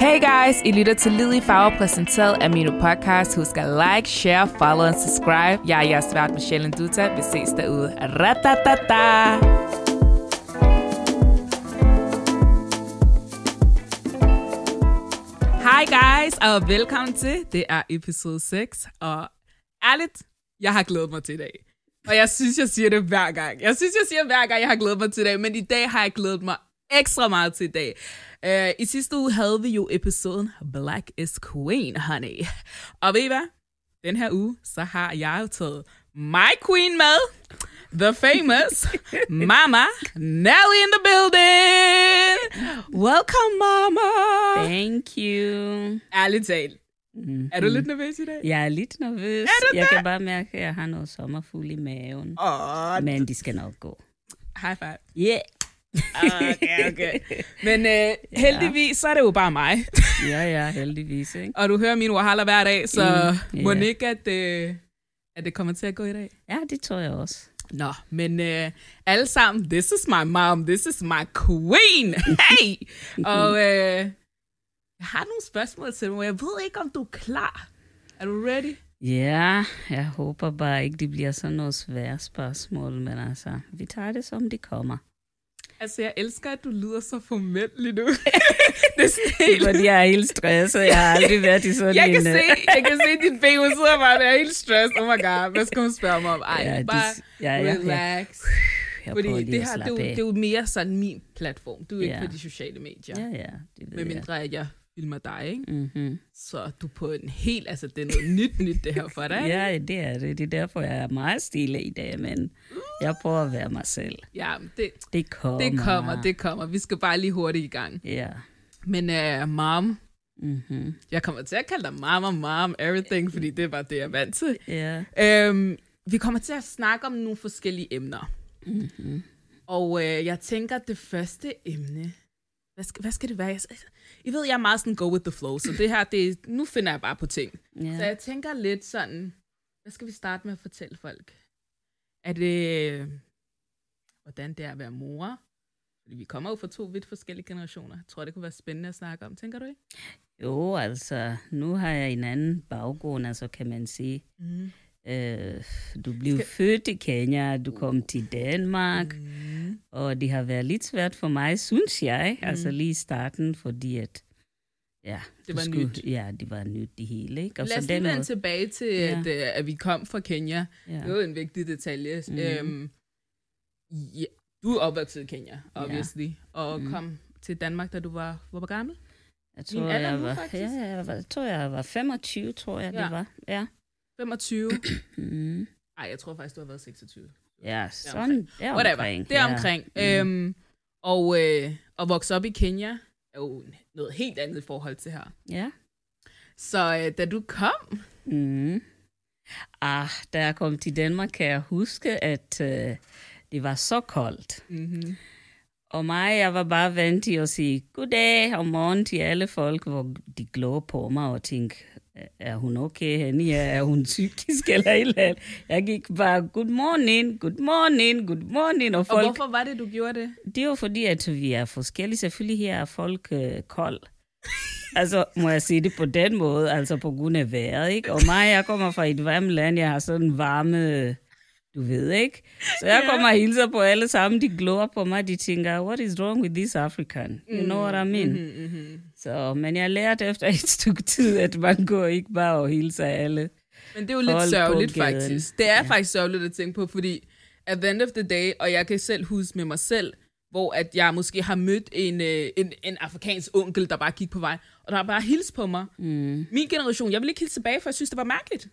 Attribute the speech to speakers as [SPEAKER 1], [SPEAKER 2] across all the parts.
[SPEAKER 1] Hey guys, I lytter til Lid i Farver, præsenteret af Mino Podcast. Husk at like, share, follow and subscribe. Jeg er jeres vært, Michelle Duta. Vi ses derude. Ratatata! Hej guys, og velkommen til. Det er episode 6, og ærligt, jeg har glædet mig til i dag. Og jeg synes, jeg siger det hver gang. Jeg synes, jeg siger hver gang, jeg har glædet mig til i dag, men i dag har jeg glædet mig ekstra meget til i dag. Uh, I sidste uge havde vi jo episoden Black is Queen, honey. Og ved I hvad? Den her uge, så har jeg jo taget my queen med. The famous Mama Nelly in the building. Welcome, Mama.
[SPEAKER 2] Thank you.
[SPEAKER 1] Ærligt talt. Er du lidt nervøs i dag?
[SPEAKER 2] Mm. Jeg er lidt nervøs.
[SPEAKER 1] Er du
[SPEAKER 2] jeg
[SPEAKER 1] det?
[SPEAKER 2] kan bare mærke, at jeg har noget sommerfugl i maven.
[SPEAKER 1] Åh,
[SPEAKER 2] Men de skal nok gå.
[SPEAKER 1] high five.
[SPEAKER 2] Yeah.
[SPEAKER 1] Ah, Okay, okay. Men øh, heldigvis, så er det jo bare mig.
[SPEAKER 2] Ja, ja, heldigvis. Ikke?
[SPEAKER 1] Og du hører min Wahala hver dag, så mm,
[SPEAKER 2] Mm, ja.
[SPEAKER 1] må ikke, at, øh, at det kommer til at gå i dag.
[SPEAKER 2] Ja, det tror jeg også.
[SPEAKER 1] Nå, men øh, alle sammen, this is my mom, this is my queen, hey! Og øh, jeg har nogle spørgsmål til dig, men jeg ved ikke, om du er klar. Er du ready?
[SPEAKER 2] Ja, jeg håber bare ikke, det bliver sådan nogle svære spørgsmål, men altså, vi tager det, som det kommer.
[SPEAKER 1] Altså, jeg elsker, at du lyder så formel lige nu. det er sådan helt...
[SPEAKER 2] Fordi jeg er helt stresset. Jeg har aldrig været i sådan
[SPEAKER 1] Jeg kan,
[SPEAKER 2] en... øh,
[SPEAKER 1] se, jeg kan se, at dit ben hun sidder bare der er helt stress. Oh my god, hvad skal hun spørge mig om? Ej,
[SPEAKER 2] Ja,
[SPEAKER 1] ja,
[SPEAKER 2] det-
[SPEAKER 1] bare
[SPEAKER 2] ja, ja, ja.
[SPEAKER 1] relax.
[SPEAKER 2] Jeg
[SPEAKER 1] Fordi
[SPEAKER 2] prøver lige
[SPEAKER 1] det
[SPEAKER 2] at
[SPEAKER 1] her, det er, jo,
[SPEAKER 2] slappe af.
[SPEAKER 1] det er jo mere sådan min platform. Du er ikke
[SPEAKER 2] Ja.
[SPEAKER 1] på de sociale medier.
[SPEAKER 2] Ja, ja, det ved jeg.
[SPEAKER 1] Medmindre at jeg filmer dig, ikke?
[SPEAKER 2] Mm-hmm.
[SPEAKER 1] Så du er på en helt... Altså, det er noget nyt, nyt det her for dig. ikke?
[SPEAKER 2] Ja, det er det. Det er derfor, jeg er meget stille i dag, men jeg prøver at være mig selv.
[SPEAKER 1] Ja, men det,
[SPEAKER 2] Det kommer.
[SPEAKER 1] det kommer, det kommer. Vi skal bare lige hurtigt i gang.
[SPEAKER 2] Ja.
[SPEAKER 1] Men uh, mom,
[SPEAKER 2] Mm-hmm.
[SPEAKER 1] jeg kommer til at kalde dig mom og mom everything, fordi det er bare det, jeg er vant til.
[SPEAKER 2] Ja.
[SPEAKER 1] Øhm, vi kommer til at snakke om nogle forskellige emner. Mm-hmm.
[SPEAKER 2] Mhm.
[SPEAKER 1] Og øh, jeg tænker, at det første emne... Hvad skal, hvad skal det være? Jeg, altså, I ved, jeg er meget sådan go with the flow, så det her, det, nu finder jeg bare på ting. Så
[SPEAKER 2] ja.
[SPEAKER 1] jeg tænker lidt sådan... Hvad skal vi starte med at fortælle folk? Er det... øh, Hvordan det er at være mor? Fordi vi kommer jo fra to vidt forskellige generationer. Jeg tror, det kunne være spændende at snakke om, tænker du ikke?
[SPEAKER 2] Jo, altså, nu har jeg en anden baggrund, altså kan man sige.
[SPEAKER 1] Mm.
[SPEAKER 2] Øh, du blev Skal... født i Kenya, du kom til Danmark,
[SPEAKER 1] Mm.
[SPEAKER 2] og det har været lidt svært for mig, synes jeg, mm. altså lige i starten, fordi at, ja,
[SPEAKER 1] Mhm. Det
[SPEAKER 2] du
[SPEAKER 1] var nyt.
[SPEAKER 2] Ja, det var nyt det hele, ikke? Og
[SPEAKER 1] Lad os lige vende tilbage til,
[SPEAKER 2] Ja.
[SPEAKER 1] at, øh, at vi kom fra Kenya.
[SPEAKER 2] ja.
[SPEAKER 1] Det er jo en vigtig detalje. Mm.
[SPEAKER 2] Mhm.
[SPEAKER 1] Øhm, ja, du er opvokset i Kenya, obviously, og
[SPEAKER 2] Mhm.
[SPEAKER 1] kom til Danmark, da du var, hvor var gammel?
[SPEAKER 2] jeg tror,
[SPEAKER 1] alder
[SPEAKER 2] jeg
[SPEAKER 1] nu,
[SPEAKER 2] var,
[SPEAKER 1] faktisk.
[SPEAKER 2] ja, jeg var, tror, jeg var 25, tror jeg, ja.
[SPEAKER 1] Ja.
[SPEAKER 2] det var. Ja.
[SPEAKER 1] 25?
[SPEAKER 2] Mm.
[SPEAKER 1] Nej, jeg tror faktisk, du har været 26.
[SPEAKER 2] Ja, sådan.
[SPEAKER 1] Whatever,
[SPEAKER 2] Deromkring.
[SPEAKER 1] det er omkring.
[SPEAKER 2] Ja. Mm.
[SPEAKER 1] Øhm, og øh, at vokse op i Kenya er jo noget helt andet i forhold til her.
[SPEAKER 2] ja.
[SPEAKER 1] Så øh, da du kom,
[SPEAKER 2] Mm. Ah, da jeg kom til Danmark, kan jeg huske, at øh, det var så koldt.
[SPEAKER 1] mm-hmm.
[SPEAKER 2] Og mig, jeg var bare vant til at sige goddag og morgen til alle folk, hvor de glor på mig og tænkte, er hun okay henne? Ja, er hun psykisk eller et eller andet? Jeg gik bare, good morning, good morning, good morning. Og
[SPEAKER 1] og
[SPEAKER 2] folk,
[SPEAKER 1] hvorfor var det, du gjorde det?
[SPEAKER 2] det er jo fordi, at vi er forskellige. Selvfølgelig her er folk øh, kold. altså, må jeg sige det på den måde, altså på grund af vejret, ikke? Og mig, jeg kommer fra et varmt land, jeg har sådan varme, øh, du ved ikke? Så jeg
[SPEAKER 1] Ja.
[SPEAKER 2] kommer og hilser på alle sammen, de glor på mig, de tænker, what is wrong with this African? You know what I mean?
[SPEAKER 1] Mm-hmm.
[SPEAKER 2] Så, men jeg lærte efter et stykke tid, at man går ikke bare og hilser alle.
[SPEAKER 1] Men det er jo lidt
[SPEAKER 2] Folk på
[SPEAKER 1] sørgeligt
[SPEAKER 2] gaden.
[SPEAKER 1] faktisk. Det er ja.
[SPEAKER 2] Ja.
[SPEAKER 1] faktisk sørgeligt at tænke på, fordi at the end of the day, og jeg kan selv huske med mig selv, hvor at jeg måske har mødt en, øh, en, en afrikansk onkel, der bare gik på vej, og der har bare hils på mig.
[SPEAKER 2] Mm,
[SPEAKER 1] Min generation, jeg vil ikke hilse tilbage, for jeg synes, det var mærkeligt.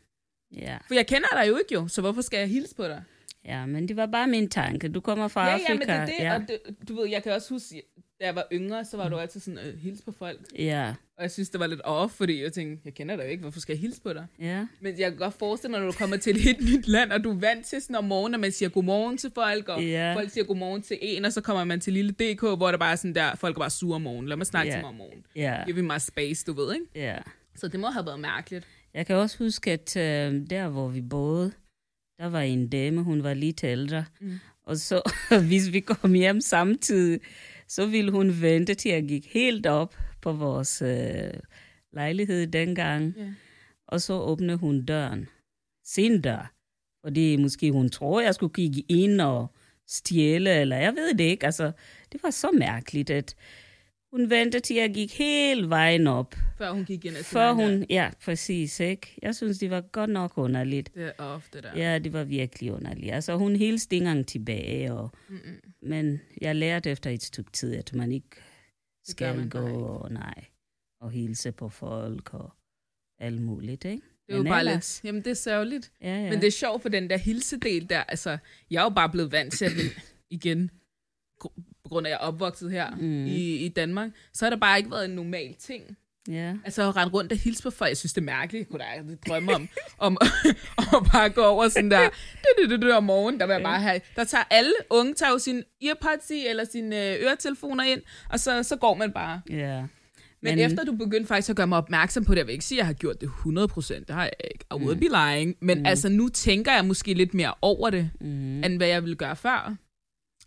[SPEAKER 2] ja.
[SPEAKER 1] For jeg kender dig jo ikke jo, så hvorfor skal jeg hilse på dig?
[SPEAKER 2] ja, men det var bare min tanke. Du kommer fra
[SPEAKER 1] ja,
[SPEAKER 2] Afrika.
[SPEAKER 1] ja, men det er det, og det, du ved, jeg kan også huske, da jeg var yngre, så var du altid sådan, øh, hils på folk.
[SPEAKER 2] ja,
[SPEAKER 1] Og jeg synes, det var lidt off, fordi jeg tænkte, jeg kender dig jo ikke, hvorfor skal jeg hilse på dig?
[SPEAKER 2] ja.
[SPEAKER 1] Men jeg kan godt forestille mig, når du kommer til et helt nyt land, og du er vant til sådan om morgenen, at man siger godmorgen til folk, og
[SPEAKER 2] Ja.
[SPEAKER 1] folk siger godmorgen til en, og så kommer man til lille DK, hvor der bare er sådan der, folk er bare sure om morgenen, lad mig snakke
[SPEAKER 2] Ja.
[SPEAKER 1] til mig om morgenen.
[SPEAKER 2] ja.
[SPEAKER 1] Giv mig space, du ved, ikke?
[SPEAKER 2] Ja.
[SPEAKER 1] Så det må have været mærkeligt.
[SPEAKER 2] Jeg kan også huske, at øh, der, hvor vi boede, der var en dame, hun var lidt ældre. Mm. Og så, hvis vi kom hjem samtidig, så ville hun vente til jeg gik helt op på vores øh, lejlighed dengang.
[SPEAKER 1] Ja.
[SPEAKER 2] Og så åbnede hun døren. Sin dør. Fordi måske hun tror, jeg skulle kigge ind og stjæle, eller jeg ved det ikke. Altså, det var så mærkeligt, at hun ventede til, jeg gik hele vejen op.
[SPEAKER 1] Før hun gik ind og
[SPEAKER 2] Før hun... Ja, præcis, ikke? Jeg synes, det var godt nok underligt.
[SPEAKER 1] Det er ofte der.
[SPEAKER 2] Ja, det var virkelig underligt. Altså, hun hilste ikke engang tilbage, og,
[SPEAKER 1] Mm-mm.
[SPEAKER 2] men jeg lærte efter et stykke tid, at man ikke skal
[SPEAKER 1] man bare
[SPEAKER 2] gå
[SPEAKER 1] ikke.
[SPEAKER 2] og nej, og hilse på folk og alt muligt, ikke?
[SPEAKER 1] Det er jo
[SPEAKER 2] Men
[SPEAKER 1] bare
[SPEAKER 2] ellers-
[SPEAKER 1] lidt, jamen det er særligt.
[SPEAKER 2] Ja, ja.
[SPEAKER 1] Ja. Men det er sjovt for den der hilsedel der, altså, jeg er jo bare blevet vant til, at vi- igen, gr- på grund af, at jeg er opvokset her
[SPEAKER 2] Mm.
[SPEAKER 1] mm. i, i Danmark, så har der bare ikke været en normal ting.
[SPEAKER 2] ja.
[SPEAKER 1] Altså at rende rundt og hilse på folk, jeg synes, det er mærkeligt. Jeg kunne da aldrig drømme om, om, om at bare gå over sådan der, det, det, det, om morgenen, der vil jeg bare have. Der tager alle unge, tager jo sin earpods i, eller sine øh, øretelefoner ind, og så, så går man bare.
[SPEAKER 2] ja.
[SPEAKER 1] Men, men efter du begyndte faktisk at gøre mig opmærksom på det, jeg vil ikke sige, at jeg har gjort det 100%, det har jeg ikke, I would be lying, men mm. altså nu tænker jeg måske lidt mere over det,
[SPEAKER 2] Mm,
[SPEAKER 1] mm. end hvad jeg ville gøre før.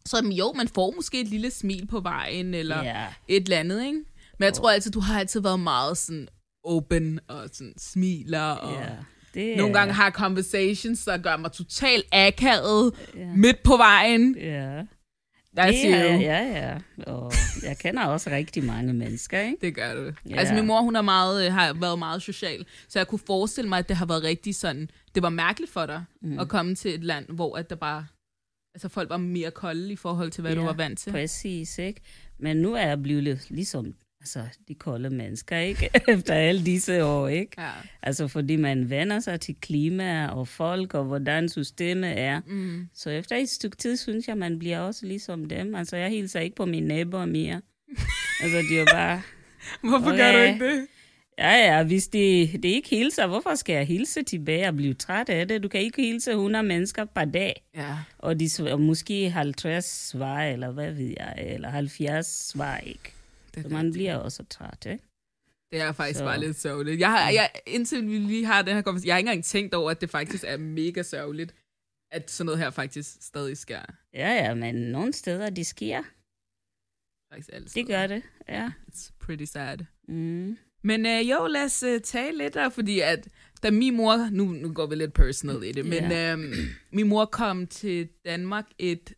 [SPEAKER 1] Så jamen, jo, man får måske et lille smil på vejen, eller yeah.
[SPEAKER 2] ja.
[SPEAKER 1] et eller andet, ikke? Men jeg tror altid, du har altid været meget sådan open og sådan smiler, og yeah.
[SPEAKER 2] ja. Det, er-
[SPEAKER 1] nogle gange har jeg conversations, der gør mig totalt akavet,
[SPEAKER 2] Ja.
[SPEAKER 1] yeah. midt på vejen.
[SPEAKER 2] Ja.
[SPEAKER 1] That's
[SPEAKER 2] Det
[SPEAKER 1] you.
[SPEAKER 2] er, ja, ja. Og jeg kender også rigtig mange mennesker, ikke?
[SPEAKER 1] Det gør det.
[SPEAKER 2] Ja.
[SPEAKER 1] Yeah. Altså min mor, hun er meget, øh, har været meget social, så jeg kunne forestille mig, at det har været rigtig sådan, det var mærkeligt for dig mm. at komme til et land, hvor at der bare, altså folk var mere kolde i forhold til, hvad yeah. du
[SPEAKER 2] Ja,
[SPEAKER 1] var vant til.
[SPEAKER 2] Præcis, ikke? Men nu er jeg blevet lidt ligesom altså, de kolde mennesker, ikke? Efter alle disse år, ikke?
[SPEAKER 1] Ja.
[SPEAKER 2] Altså, fordi man vender sig til klima og folk og hvordan systemet er.
[SPEAKER 1] Mm.
[SPEAKER 2] Så efter et stykke tid, synes jeg, man bliver også ligesom dem. Altså, jeg hilser ikke på mine naboer mere. altså, de er jo bare...
[SPEAKER 1] Hvorfor
[SPEAKER 2] Åh,
[SPEAKER 1] gør du
[SPEAKER 2] ja.
[SPEAKER 1] ikke det?
[SPEAKER 2] Ja, ja, hvis det, det ikke hilser, hvorfor skal jeg hilse tilbage og blive træt af det? Du kan ikke hilse 100 mennesker per dag,
[SPEAKER 1] Ja.
[SPEAKER 2] og, de, sv- og måske 50 svar, eller hvad ved jeg, eller 70 svar ikke.
[SPEAKER 1] Det,
[SPEAKER 2] Så
[SPEAKER 1] er
[SPEAKER 2] man
[SPEAKER 1] rigtigt.
[SPEAKER 2] bliver også træt, ikke?
[SPEAKER 1] det er faktisk
[SPEAKER 2] Så. Mm.
[SPEAKER 1] så. bare lidt sørgeligt. Jeg har, jeg, indtil vi lige har den her konversation, jeg har ikke engang tænkt over, at det faktisk er mega sørgeligt, at sådan noget her faktisk stadig sker.
[SPEAKER 2] Ja, ja, men nogle steder, det sker.
[SPEAKER 1] Faktisk
[SPEAKER 2] Det gør det, ja.
[SPEAKER 1] It's pretty sad.
[SPEAKER 2] Mm.
[SPEAKER 1] Men øh, jo, lad os øh, tale lidt der, fordi at da min mor, nu, nu går vi lidt personal i det, men
[SPEAKER 2] Ja.
[SPEAKER 1] yeah. øh, min mor kom til Danmark et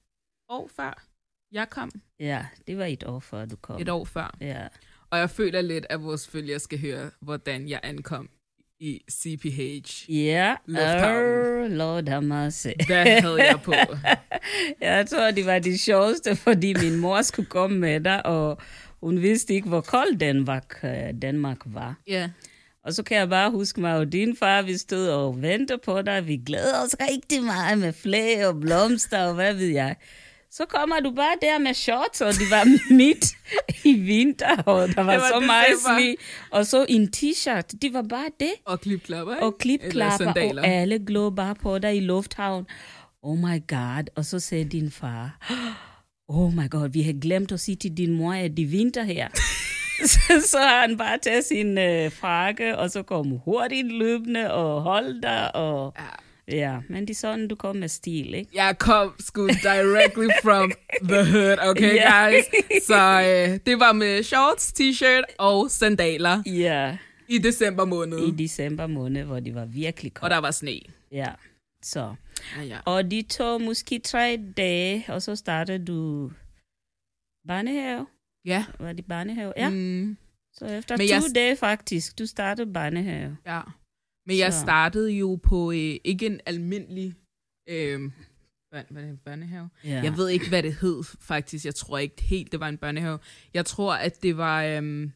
[SPEAKER 1] år før. Jeg kom
[SPEAKER 2] Ja, det var et år før, du kom.
[SPEAKER 1] et år før,
[SPEAKER 2] Ja,
[SPEAKER 1] og jeg føler lidt, at vores følgere skal høre, hvordan jeg ankom i CPH.
[SPEAKER 2] ja.
[SPEAKER 1] Lufthavnen.
[SPEAKER 2] Oh, Lord have mercy.
[SPEAKER 1] Hvad havde jeg på?
[SPEAKER 2] Jeg tror, det var det sjoveste, fordi min mor skulle komme med dig, og hun vidste ikke, hvor kold Danmark, øh, Danmark var.
[SPEAKER 1] Ja,
[SPEAKER 2] Og så kan jeg bare huske mig og din far, vi stod og ventede på dig, vi glæder os rigtig meget med flag og blomster og hvad ved jeg. Så kommer du bare der med shorts, og det var midt i vinter, og der var,
[SPEAKER 1] Det
[SPEAKER 2] var
[SPEAKER 1] var
[SPEAKER 2] så meget
[SPEAKER 1] december.
[SPEAKER 2] sne. Og så en t-shirt, det var bare det.
[SPEAKER 1] og klipklapper, ikke?
[SPEAKER 2] Og klipklapper,
[SPEAKER 1] Eller sandaler.
[SPEAKER 2] og alle glå bare på dig i lufthavn. Oh my god. Og så sagde din far, oh my god, vi har glemt at sige til din mor, at det er vinter her. så, så har han bare taget sin øh, frakke, og så kom hurtigt løbende og holdt dig. Og,
[SPEAKER 1] Ja.
[SPEAKER 2] ja, men det er sådan, du kom med stil, ikke?
[SPEAKER 1] Jeg kom sgu directly from the hood, okay
[SPEAKER 2] Ja.
[SPEAKER 1] yeah. guys? Så øh, det var med shorts, t-shirt og sandaler
[SPEAKER 2] Ja,
[SPEAKER 1] i december måned.
[SPEAKER 2] i december måned, hvor det var virkelig
[SPEAKER 1] Og
[SPEAKER 2] koldt.
[SPEAKER 1] der var sne.
[SPEAKER 2] Ja, så.
[SPEAKER 1] Ja, ja.
[SPEAKER 2] Og de tog måske tre dage, og så startede du barnehave.
[SPEAKER 1] ja.
[SPEAKER 2] Var det barnehave? Ja.
[SPEAKER 1] Mm,
[SPEAKER 2] Så efter
[SPEAKER 1] Men
[SPEAKER 2] to
[SPEAKER 1] jeg-
[SPEAKER 2] dage faktisk, du startede barnehave.
[SPEAKER 1] ja. Men jeg
[SPEAKER 2] Så.
[SPEAKER 1] startede jo på øh, ikke en almindelig øh, børn, hvad er det, børnehave.
[SPEAKER 2] Ja.
[SPEAKER 1] Jeg ved ikke, hvad det hed faktisk. Jeg tror ikke helt, det var en børnehave. Jeg tror, at det var, øh,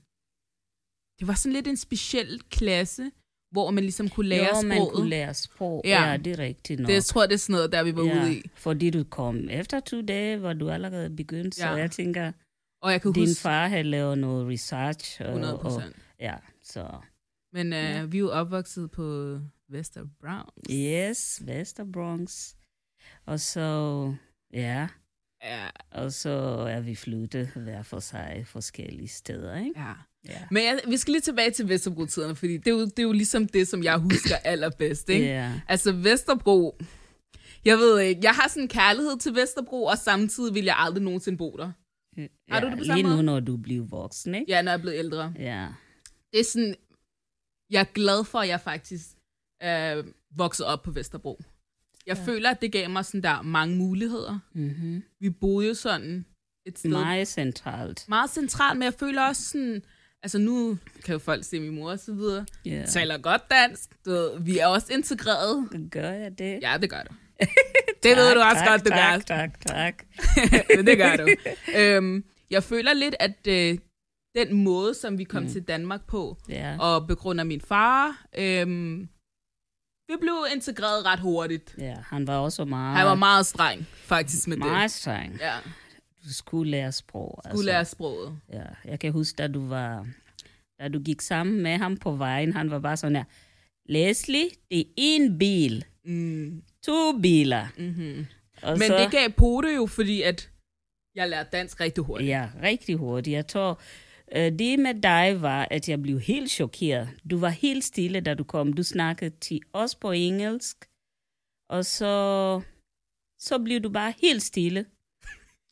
[SPEAKER 1] det var sådan lidt en speciel klasse, hvor man ligesom kunne lære
[SPEAKER 2] jo, man
[SPEAKER 1] sproget.
[SPEAKER 2] kunne lære sprog. Ja,
[SPEAKER 1] Ja.
[SPEAKER 2] ja det er rigtigt nok.
[SPEAKER 1] det, jeg tror, det er sådan noget, der vi var
[SPEAKER 2] ja,
[SPEAKER 1] ude i.
[SPEAKER 2] Fordi du kom efter to dage, var du allerede begyndt, ja. så
[SPEAKER 1] Ja.
[SPEAKER 2] jeg tænker,
[SPEAKER 1] Og jeg kan
[SPEAKER 2] din
[SPEAKER 1] huske
[SPEAKER 2] far havde lavet noget research. Og,
[SPEAKER 1] 100
[SPEAKER 2] og,
[SPEAKER 1] procent.
[SPEAKER 2] ja, så
[SPEAKER 1] Men øh, vi er jo opvokset på Vesterbro.
[SPEAKER 2] yes, Vesterbronx. Og så, ja,
[SPEAKER 1] Ja,
[SPEAKER 2] og så er vi flyttet hver for sig forskellige steder, ikke?
[SPEAKER 1] ja.
[SPEAKER 2] Ja.
[SPEAKER 1] Men jeg, vi skal lige tilbage til Vesterbro-tiderne, fordi det er, jo, det er jo ligesom det, som jeg husker allerbedst. Ikke?
[SPEAKER 2] Ja.
[SPEAKER 1] Altså Vesterbro, jeg ved ikke, jeg har sådan en kærlighed til Vesterbro, og samtidig vil jeg aldrig nogensinde bo der. Har du det på samme
[SPEAKER 2] lige nu,
[SPEAKER 1] måde?
[SPEAKER 2] når du bliver voksen, ikke?
[SPEAKER 1] Ja, når jeg er blevet ældre.
[SPEAKER 2] Ja.
[SPEAKER 1] Det er sådan, jeg er glad for, at jeg faktisk øh, voksede op på Vesterbro. Jeg ja. føler, at det gav mig sådan der mange muligheder.
[SPEAKER 2] Mm-hmm.
[SPEAKER 1] Vi boede jo sådan et sted
[SPEAKER 2] Meget centralt.
[SPEAKER 1] meget centralt, men jeg føler også sådan, altså nu kan jo folk se min mor og så videre,
[SPEAKER 2] Ja.
[SPEAKER 1] ja. taler godt dansk, du, ved, vi er også integreret.
[SPEAKER 2] Gør jeg det?
[SPEAKER 1] Ja, det gør du. Det ved du også
[SPEAKER 2] tak,
[SPEAKER 1] godt, du
[SPEAKER 2] tak,
[SPEAKER 1] gør.
[SPEAKER 2] Tak, tak, tak.
[SPEAKER 1] Men det gør du. øhm, jeg føler lidt, at øh, den måde, som vi kom mm. til Danmark på,
[SPEAKER 2] Ja.
[SPEAKER 1] og begrunder min far, øhm, vi blev integreret ret hurtigt.
[SPEAKER 2] ja, han var også meget,
[SPEAKER 1] Han var meget streng, faktisk, med det.
[SPEAKER 2] meget streng. Altså.
[SPEAKER 1] Ja,
[SPEAKER 2] Du skulle lære sprog.
[SPEAKER 1] du lærer sproget.
[SPEAKER 2] Ja, jeg kan huske, da du var, da du gik sammen med ham på vejen, han var bare sådan her, Leslie, det er en bil,
[SPEAKER 1] Mm.
[SPEAKER 2] to biler.
[SPEAKER 1] Mm-hmm.
[SPEAKER 2] Og
[SPEAKER 1] Men
[SPEAKER 2] så,
[SPEAKER 1] det gav pote jo, fordi at jeg lærte dansk rigtig hurtigt.
[SPEAKER 2] Ja, rigtig hurtigt. Jeg tror, øh, det med dig var, at jeg blev helt chokeret. Du var helt stille, da du kom. Du snakkede til os på engelsk, og så, så blev du bare helt stille.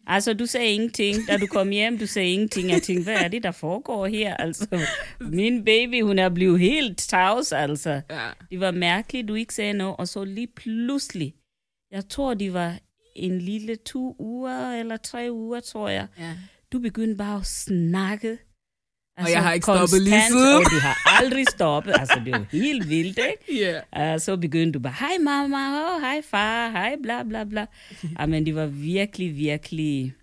[SPEAKER 2] Altså, du sagde ingenting. Da du kom hjem, du sagde ingenting. Jeg tænkte, hvad er det, der foregår her? Altså, min baby, hun er blevet helt tavs, altså.
[SPEAKER 1] Ja.
[SPEAKER 2] Det var mærkeligt, du ikke sagde noget, og så lige pludselig, jeg tror, det var en lille to uger eller tre uger, tror jeg,
[SPEAKER 1] ja.
[SPEAKER 2] du begyndte bare at snakke. Altså,
[SPEAKER 1] jeg har ikke stoppet lige siden.
[SPEAKER 2] Og du har aldrig stoppet. Altså, det er jo helt vildt, ikke?
[SPEAKER 1] Yeah.
[SPEAKER 2] Og så begyndte du bare, hej mamma, oh, hej far, hej bla bla bla. Ej, men det var virkelig, virkelig,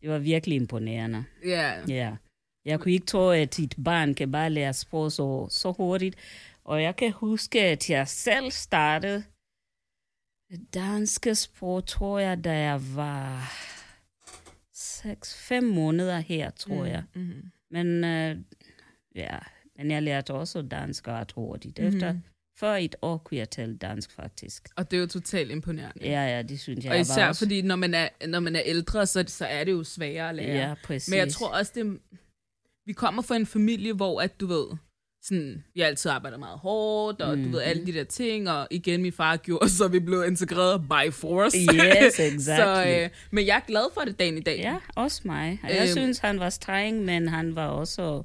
[SPEAKER 2] det var virkelig imponerende.
[SPEAKER 1] Yeah.
[SPEAKER 2] Ja. Jeg kunne ikke tro, at et barn kan bare lære sprog så, så hurtigt. Og jeg kan huske, at jeg selv startede det danske sprog, tror jeg, da jeg var 6-5 måneder her, tror mm. jeg.
[SPEAKER 1] Mm-hmm.
[SPEAKER 2] Men, øh, ja, men jeg lærte også dansk ret hurtigt.
[SPEAKER 1] Mhm.
[SPEAKER 2] Efter, mm. Før et år kunne jeg tale dansk, faktisk.
[SPEAKER 1] Og det er jo totalt imponerende.
[SPEAKER 2] Ja, ja, det synes jeg.
[SPEAKER 1] og
[SPEAKER 2] jeg var
[SPEAKER 1] især
[SPEAKER 2] også-
[SPEAKER 1] fordi, når man er, når man er ældre, så, så er det jo sværere at lære.
[SPEAKER 2] Ja, præcis.
[SPEAKER 1] Men jeg tror også, det, vi kommer fra en familie, hvor at du ved, sådan, vi altid arbejder meget hårdt, og mm. du ved, alle de der ting, og igen, min far gjorde, så vi blev integreret by force.
[SPEAKER 2] Yes,
[SPEAKER 1] så,
[SPEAKER 2] exactly.
[SPEAKER 1] øh, men jeg er glad for det dagen i dag.
[SPEAKER 2] Ja, også mig. Og Jeg
[SPEAKER 1] Øhm.
[SPEAKER 2] synes, han var streng, men han var også...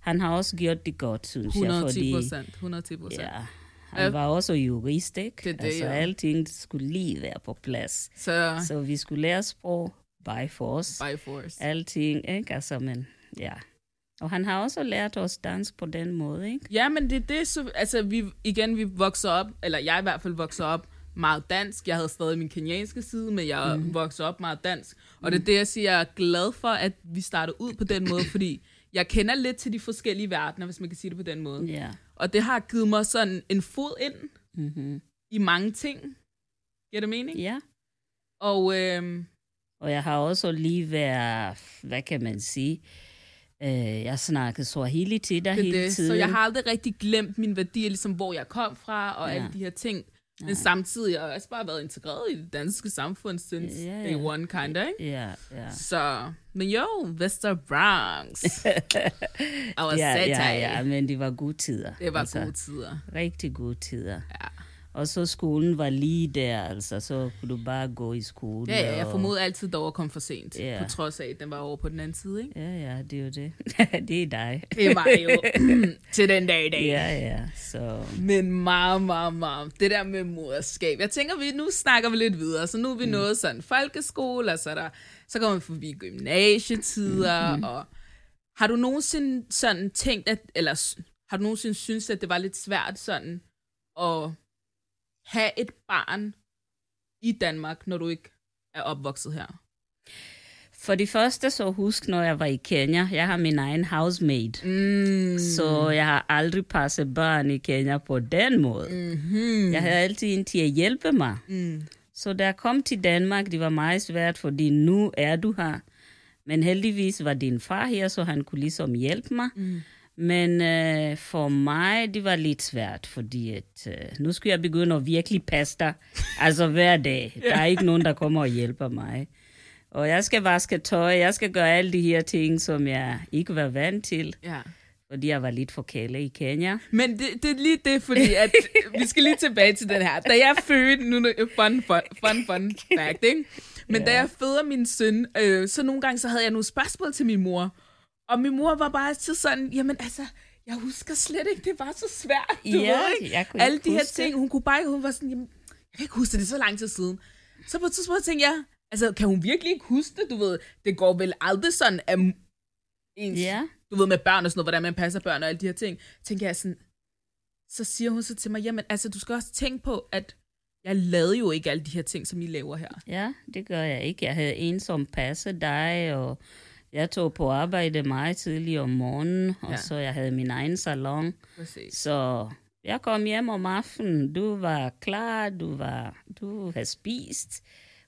[SPEAKER 2] Han har også gjort det godt, synes jeg,
[SPEAKER 1] 110
[SPEAKER 2] fordi...
[SPEAKER 1] procent, 110 procent.
[SPEAKER 2] Ja,
[SPEAKER 1] Øh.
[SPEAKER 2] han var også jurist, ikke?
[SPEAKER 1] Det er det,
[SPEAKER 2] altså,
[SPEAKER 1] jo.
[SPEAKER 2] alting skulle lige være på plads.
[SPEAKER 1] Så
[SPEAKER 2] Så vi skulle lære sprog by force.
[SPEAKER 1] by force.
[SPEAKER 2] Alting, ikke? Altså, men ja. Og han har også lært os dansk på den måde, ikke?
[SPEAKER 1] Ja, men det er det, så, altså vi, igen, vi vokser op, eller jeg i hvert fald vokser op meget dansk. Jeg havde stadig min kenyanske side, men jeg
[SPEAKER 2] Mhm.
[SPEAKER 1] mm. voksede op meget dansk. Og det er det, jeg siger, jeg er glad for, at vi starter ud på den måde, fordi jeg kender lidt til de forskellige verdener, hvis man kan sige det på den måde.
[SPEAKER 2] Ja,
[SPEAKER 1] Og det har givet mig sådan en fod ind mm-hmm. i mange ting. Giver det mening?
[SPEAKER 2] ja.
[SPEAKER 1] Og øhm,
[SPEAKER 2] Og jeg har også lige været, hvad kan man sige, øh, jeg snakkede Swahili til dig
[SPEAKER 1] det er
[SPEAKER 2] hele
[SPEAKER 1] det.
[SPEAKER 2] tiden.
[SPEAKER 1] Så jeg har aldrig rigtig glemt mine værdier, ligesom hvor jeg kom fra og ja.
[SPEAKER 2] Ja.
[SPEAKER 1] alle de her ting. Men samtidig har jeg også bare været integreret i det danske samfund since
[SPEAKER 2] Ja,
[SPEAKER 1] yeah,
[SPEAKER 2] ja.
[SPEAKER 1] day one, kinda, ikke?
[SPEAKER 2] Ja, ja.
[SPEAKER 1] Så, men jo, Vester Bronx. Og var
[SPEAKER 2] ja,
[SPEAKER 1] satan.
[SPEAKER 2] ja, ja, men det var gode tider.
[SPEAKER 1] Det var altså. gode tider.
[SPEAKER 2] Rigtig gode tider.
[SPEAKER 1] Ja.
[SPEAKER 2] Og så skolen var lige der, altså. Så kunne du bare gå i skole.
[SPEAKER 1] Ja, ja, jeg
[SPEAKER 2] og-
[SPEAKER 1] formoder altid dog at komme for sent.
[SPEAKER 2] Ja.
[SPEAKER 1] På trods af, at den var over på den anden side, ikke?
[SPEAKER 2] Ja, ja, det er jo det. det er dig.
[SPEAKER 1] Det var jo til den dag i dag.
[SPEAKER 2] Ja, ja, så...
[SPEAKER 1] Men meget, meget, meget. Det der med moderskab. Jeg tænker, vi nu snakker vi lidt videre. Så nu er vi mm. nået sådan folkeskole, og så, er der, så kommer vi forbi gymnasietider. Mm. Og har du nogensinde sådan tænkt, at, eller s- har du nogensinde synes at det var lidt svært sådan at have et barn i Danmark, når du ikke er opvokset her?
[SPEAKER 2] For det første så husk, når jeg var i Kenya, jeg har min egen housemaid.
[SPEAKER 1] Mm.
[SPEAKER 2] Så jeg har aldrig passet barn i Kenya på den måde.
[SPEAKER 1] Mm-hmm.
[SPEAKER 2] Jeg havde altid en til at hjælpe mig.
[SPEAKER 1] Mm.
[SPEAKER 2] Så da jeg kom til Danmark, det var meget svært, fordi nu er du her. Men heldigvis var din far her, så han kunne ligesom hjælpe mig. Mm. Men øh, for mig, det var lidt svært, fordi at, øh, nu skulle jeg begynde at virkelig passe dig. Altså hver dag. Der er ikke nogen, der kommer og hjælper mig. Og jeg skal vaske tøj, jeg skal gøre alle de her ting, som jeg ikke var vant til.
[SPEAKER 1] Ja.
[SPEAKER 2] Fordi jeg var lidt for kæle i Kenya.
[SPEAKER 1] Men det, det er lige det, fordi at, vi skal lige tilbage til den her. Da jeg fødte, nu nu- fun, fun, fun, fun fact, ikke? Men yeah. da jeg føder min søn, øh, så nogle gange så havde jeg nogle spørgsmål til min mor. Og min mor var bare altid sådan, jamen altså, jeg husker slet ikke, det var så svært. Du
[SPEAKER 2] Ja,
[SPEAKER 1] ved, ikke?
[SPEAKER 2] jeg kunne
[SPEAKER 1] Alle
[SPEAKER 2] ikke
[SPEAKER 1] de her
[SPEAKER 2] huske
[SPEAKER 1] ting, hun kunne bare ikke- hun var sådan, jamen, jeg kan ikke huske det, det er så lang tid siden. Så på et tidspunkt tænkte jeg, altså kan hun virkelig ikke huske det, du ved, det går vel aldrig sådan, at ens,
[SPEAKER 2] Ja.
[SPEAKER 1] du ved, med børn og sådan noget, hvordan man passer børn og alle de her ting, tænker jeg sådan, så siger hun så til mig, jamen altså, du skal også tænke på, at jeg lavede jo ikke alle de her ting, som I laver her.
[SPEAKER 2] Ja, det gør jeg ikke. Jeg havde en, som passede dig, og jeg tog på arbejde meget tidligt om morgenen, og
[SPEAKER 1] Ja.
[SPEAKER 2] ja. så jeg havde min egen salon.
[SPEAKER 1] Præcis.
[SPEAKER 2] Så jeg kom hjem om aftenen, du var klar, du, var, du havde spist.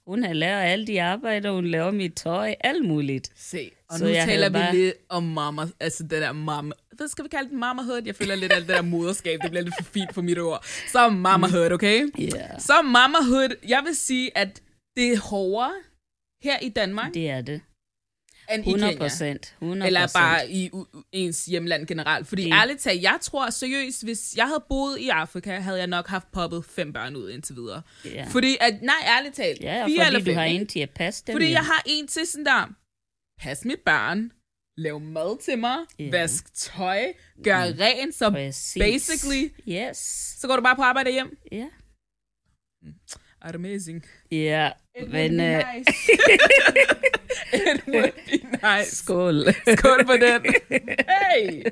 [SPEAKER 2] Hun havde lavet alle de arbejder, hun lavede mit tøj, alt muligt.
[SPEAKER 1] Se, og
[SPEAKER 2] Så
[SPEAKER 1] nu
[SPEAKER 2] jeg
[SPEAKER 1] taler
[SPEAKER 2] havde
[SPEAKER 1] vi bare...
[SPEAKER 2] bare-
[SPEAKER 1] lidt om mamma, altså det der mamma. Hvad skal vi kalde det? Mamahood? Jeg føler lidt alt det der moderskab, det bliver lidt for fint for mit ord. Så mamahood, okay?
[SPEAKER 2] Ja.
[SPEAKER 1] Så mamahood, jeg vil sige, at det er hårdere her i Danmark,
[SPEAKER 2] Det er det.
[SPEAKER 1] end i
[SPEAKER 2] 100
[SPEAKER 1] Kenya.
[SPEAKER 2] procent.
[SPEAKER 1] Eller bare i u- u- ens hjemland generelt. Fordi
[SPEAKER 2] Det-
[SPEAKER 1] ærligt talt, jeg tror seriøst, hvis jeg havde boet i Afrika, havde jeg nok haft poppet fem børn ud indtil videre.
[SPEAKER 2] Ja.
[SPEAKER 1] Fordi at, nej, ærligt talt,
[SPEAKER 2] Ja, ja,
[SPEAKER 1] fire eller
[SPEAKER 2] fordi
[SPEAKER 1] fem,
[SPEAKER 2] du har
[SPEAKER 1] ikke?
[SPEAKER 2] en til at passe dem.
[SPEAKER 1] Fordi
[SPEAKER 2] jo.
[SPEAKER 1] jeg har en til sådan der, pas mit barn, lav mad til mig,
[SPEAKER 2] Ja.
[SPEAKER 1] yeah. vask tøj, gør mm. rent, så
[SPEAKER 2] Præcis.
[SPEAKER 1] basically,
[SPEAKER 2] Yes.
[SPEAKER 1] så går du bare på arbejde og hjem.
[SPEAKER 2] Ja.
[SPEAKER 1] Er det amazing?
[SPEAKER 2] Ja,
[SPEAKER 1] It
[SPEAKER 2] men...
[SPEAKER 1] would be
[SPEAKER 2] øh,
[SPEAKER 1] nice. It would be nice.
[SPEAKER 2] Skål.
[SPEAKER 1] Skål for den. Hey!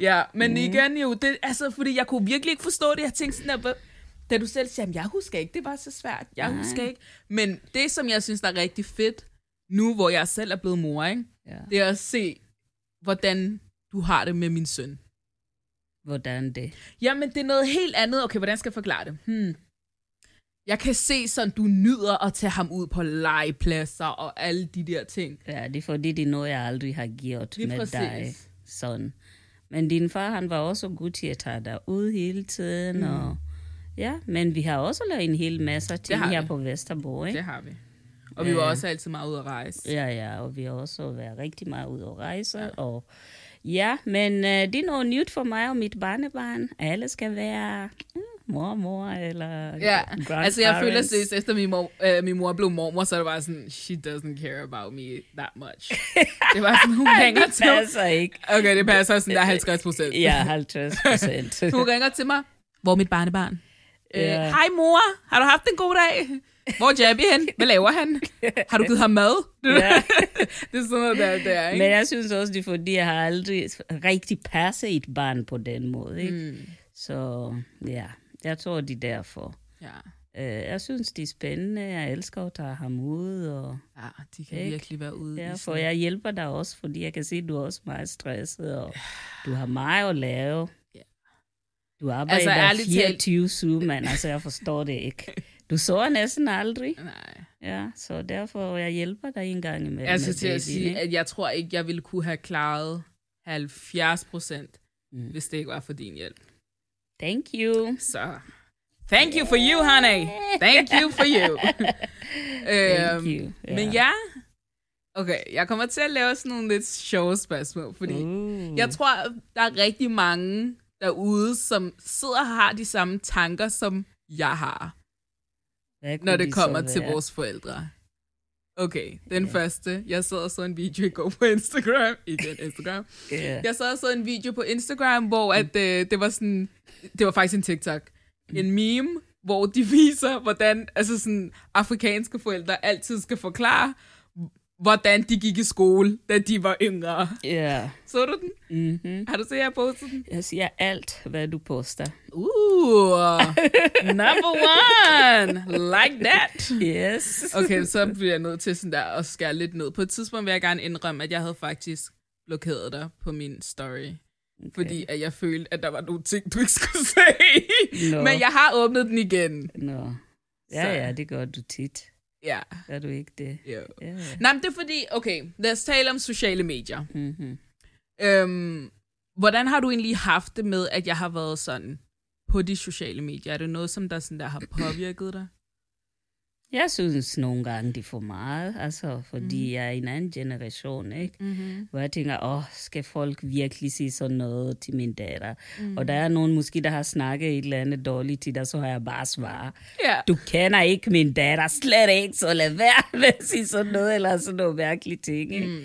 [SPEAKER 1] Ja, men mm. igen jo, det, altså, fordi jeg kunne virkelig ikke forstå det. Jeg tænkte sådan, at, da du selv siger, "Jamen, jeg husker ikke, det var så svært, jeg Nej.
[SPEAKER 2] Nej.
[SPEAKER 1] husker ikke. Men det, som jeg synes, der er rigtig fedt, nu hvor jeg selv er blevet mor, ikke?
[SPEAKER 2] Ja.
[SPEAKER 1] det er at se, hvordan du har det med min søn.
[SPEAKER 2] Hvordan det?
[SPEAKER 1] Jamen, det er noget helt andet. Okay, hvordan skal jeg forklare det? Hmm. Jeg kan se, sådan du nyder at tage ham ud på legepladser og alle de der ting.
[SPEAKER 2] Ja, det er fordi, det er noget, jeg aldrig har gjort
[SPEAKER 1] Lige
[SPEAKER 2] med
[SPEAKER 1] præcis.
[SPEAKER 2] dig. Sådan. Men din far, han var også god til at tage dig ud hele tiden. Mm. Og, ja, men vi har også lavet en hel masse ting
[SPEAKER 1] har
[SPEAKER 2] her
[SPEAKER 1] vi.
[SPEAKER 2] på Vesterbro, ikke?
[SPEAKER 1] Det har vi. Og vi var også altid meget ude at rejse.
[SPEAKER 2] Ja, ja, og vi har også været rigtig meget ude at rejse. Ja. Og, ja, men øh, det er noget nyt for mig og mit barnebarn. Alle skal være mm, mormor eller
[SPEAKER 1] Ja, altså jeg føler
[SPEAKER 2] grandparents.
[SPEAKER 1] seriøst, efter min mor, øh, min mor blev mormor, så er det bare sådan, she doesn't care about me that much. det var sådan, hun ringer
[SPEAKER 2] Det
[SPEAKER 1] til mig.
[SPEAKER 2] passer ikke.
[SPEAKER 1] Okay, det passer sådan der 50 procent.
[SPEAKER 2] Ja, 50 procent.
[SPEAKER 1] Hun ringer til mig. Hvor er mit barnebarn? Øh,
[SPEAKER 2] Ja.
[SPEAKER 1] Hej mor, har du haft en god dag? Hvor er Jabby hen? Hvad laver han? Har du givet ham mad?
[SPEAKER 2] Ja.
[SPEAKER 1] det er sådan noget, der, der er, ikke?
[SPEAKER 2] Men jeg synes også, det er fordi, jeg har aldrig rigtig passet et barn på den måde. Ikke? Mm. Så ja, jeg tror, det er derfor.
[SPEAKER 1] Ja.
[SPEAKER 2] Øh, Jeg synes, det er spændende. Jeg elsker at tage ham ud. Og,
[SPEAKER 1] ja, Ah, de kan
[SPEAKER 2] Ikke?
[SPEAKER 1] virkelig være ude
[SPEAKER 2] ja,
[SPEAKER 1] i
[SPEAKER 2] for
[SPEAKER 1] sådan...
[SPEAKER 2] jeg hjælper dig også, fordi jeg kan se, at du er også meget stresset, og du har meget at lave.
[SPEAKER 1] Ja.
[SPEAKER 2] Du arbejder
[SPEAKER 1] ærligt talt-
[SPEAKER 2] altså, 24-7, mand. Altså, jeg forstår det ikke. Du sover næsten aldrig.
[SPEAKER 1] Nej.
[SPEAKER 2] Ja, så derfor jeg hjælper dig en gang imellem.
[SPEAKER 1] Altså
[SPEAKER 2] med
[SPEAKER 1] til at
[SPEAKER 2] babyen,
[SPEAKER 1] sige,
[SPEAKER 2] ikke?
[SPEAKER 1] at jeg tror ikke, jeg ville kunne have klaret 70 procent,
[SPEAKER 2] Mm.
[SPEAKER 1] hvis det ikke var for din hjælp.
[SPEAKER 2] Thank you.
[SPEAKER 1] Så thank you for you, honey. Thank you for you.
[SPEAKER 2] Thank
[SPEAKER 1] øhm,
[SPEAKER 2] you.
[SPEAKER 1] Men ja, okay, jeg kommer til at lave sådan nogle lidt sjove spørgsmål, fordi
[SPEAKER 2] Uh.
[SPEAKER 1] Jeg tror, der er rigtig mange derude, som sidder og har de samme tanker, som jeg har,
[SPEAKER 2] Hvad kunne
[SPEAKER 1] når det
[SPEAKER 2] de
[SPEAKER 1] kommer
[SPEAKER 2] så
[SPEAKER 1] til
[SPEAKER 2] være?
[SPEAKER 1] vores forældre. Okay, den første. Jeg sad og så en video i går på Instagram. Igen Instagram.
[SPEAKER 2] Ja.
[SPEAKER 1] Jeg sad og så en video på Instagram, hvor at, øh, det var sådan... Det var faktisk en TikTok. En meme, hvor de viser, hvordan altså sådan, afrikanske forældre altid skal forklare, hvordan de gik i skole, da de var yngre.
[SPEAKER 2] Ja.
[SPEAKER 1] Så du den?
[SPEAKER 2] Mhm.
[SPEAKER 1] Har du set, jeg har postet den?
[SPEAKER 2] Jeg siger alt, hvad du poster.
[SPEAKER 1] Uh, number one. Like that.
[SPEAKER 2] Yes.
[SPEAKER 1] Okay, så bliver jeg nødt til sådan der at skære lidt ned. På et tidspunkt vil jeg gerne indrømme, at jeg havde faktisk blokeret dig på min story. Okay. Fordi at jeg følte, at der var nogle ting, du ikke skulle se.
[SPEAKER 2] Nå.
[SPEAKER 1] Men jeg har åbnet den igen.
[SPEAKER 2] Nå. Ja,
[SPEAKER 1] Så.
[SPEAKER 2] ja, det gør du tit.
[SPEAKER 1] Ja,
[SPEAKER 2] Gør du ikke det?
[SPEAKER 1] jo.
[SPEAKER 2] Ja.
[SPEAKER 1] Nej, men det er fordi, okay, lad os tale om sociale medier.
[SPEAKER 2] Mm-hmm.
[SPEAKER 1] Øhm, hvordan har du egentlig haft det med, at jeg har været sådan på de sociale medier? Er det noget, som der, sådan der har påvirket dig?
[SPEAKER 2] Jeg synes nogle gange, de får meget, altså, fordi mm. jeg er en anden generation, ikke? Mm-hmm. Hvor jeg tænker, åh, skal folk virkelig sige sådan noget til min datter? Mm. Og der er nogen måske, der har snakket et eller andet dårligt til dig, så har jeg bare svaret,
[SPEAKER 1] Ja.
[SPEAKER 2] du kender ikke min datter, slet ikke, så lad være med at sige sådan noget, eller sådan noget mærkeligt ting, ikke? Mm.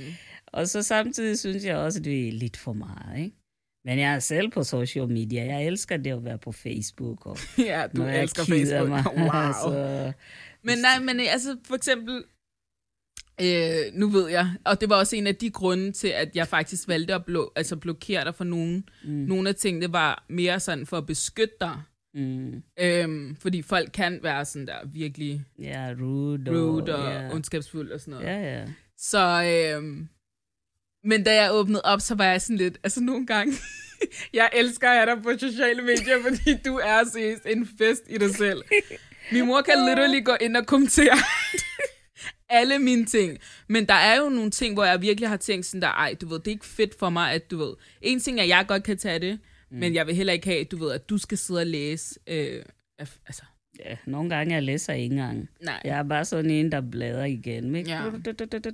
[SPEAKER 2] Og så samtidig synes jeg også, det er lidt for meget, ikke? Men jeg er selv på social media. Jeg elsker det at være på Facebook. Og
[SPEAKER 1] Ja, du
[SPEAKER 2] når jeg
[SPEAKER 1] elsker
[SPEAKER 2] keder
[SPEAKER 1] Facebook.
[SPEAKER 2] Mig, altså.
[SPEAKER 1] Wow.
[SPEAKER 2] så-
[SPEAKER 1] Men nej, men øh, altså for eksempel, øh, nu ved jeg, og det var også en af de grunde til, at jeg faktisk valgte at blo- altså blokere dig for nogen. Mm. Nogle af tingene var mere sådan for at beskytte dig.
[SPEAKER 2] Mm,
[SPEAKER 1] Øhm, fordi folk kan være sådan der virkelig
[SPEAKER 2] ja, rude.
[SPEAKER 1] rude
[SPEAKER 2] og,
[SPEAKER 1] og
[SPEAKER 2] ja.
[SPEAKER 1] yeah. ondskabsfuld og sådan noget.
[SPEAKER 2] ja, ja.
[SPEAKER 1] Så, øhm, men da jeg åbnede op, så var jeg sådan lidt, altså nogle gange, jeg elsker at have dig på sociale medier, fordi du er seriøst en fest i dig selv. Min mor kan literally gå ind og kommentere alle mine ting. Men der er jo nogle ting, hvor jeg virkelig har tænkt sådan der, ej, du ved, det er ikke fedt for mig, at du ved. En ting er, at jeg godt kan tage det, mm. men jeg vil heller ikke have, du ved, at du skal sidde og læse. Øh, af- altså,
[SPEAKER 2] ja. Nogle gange jeg læser ikke engang.
[SPEAKER 1] nej.
[SPEAKER 2] Jeg er bare sådan en, der bladrer igen. Ikke?
[SPEAKER 1] Ja.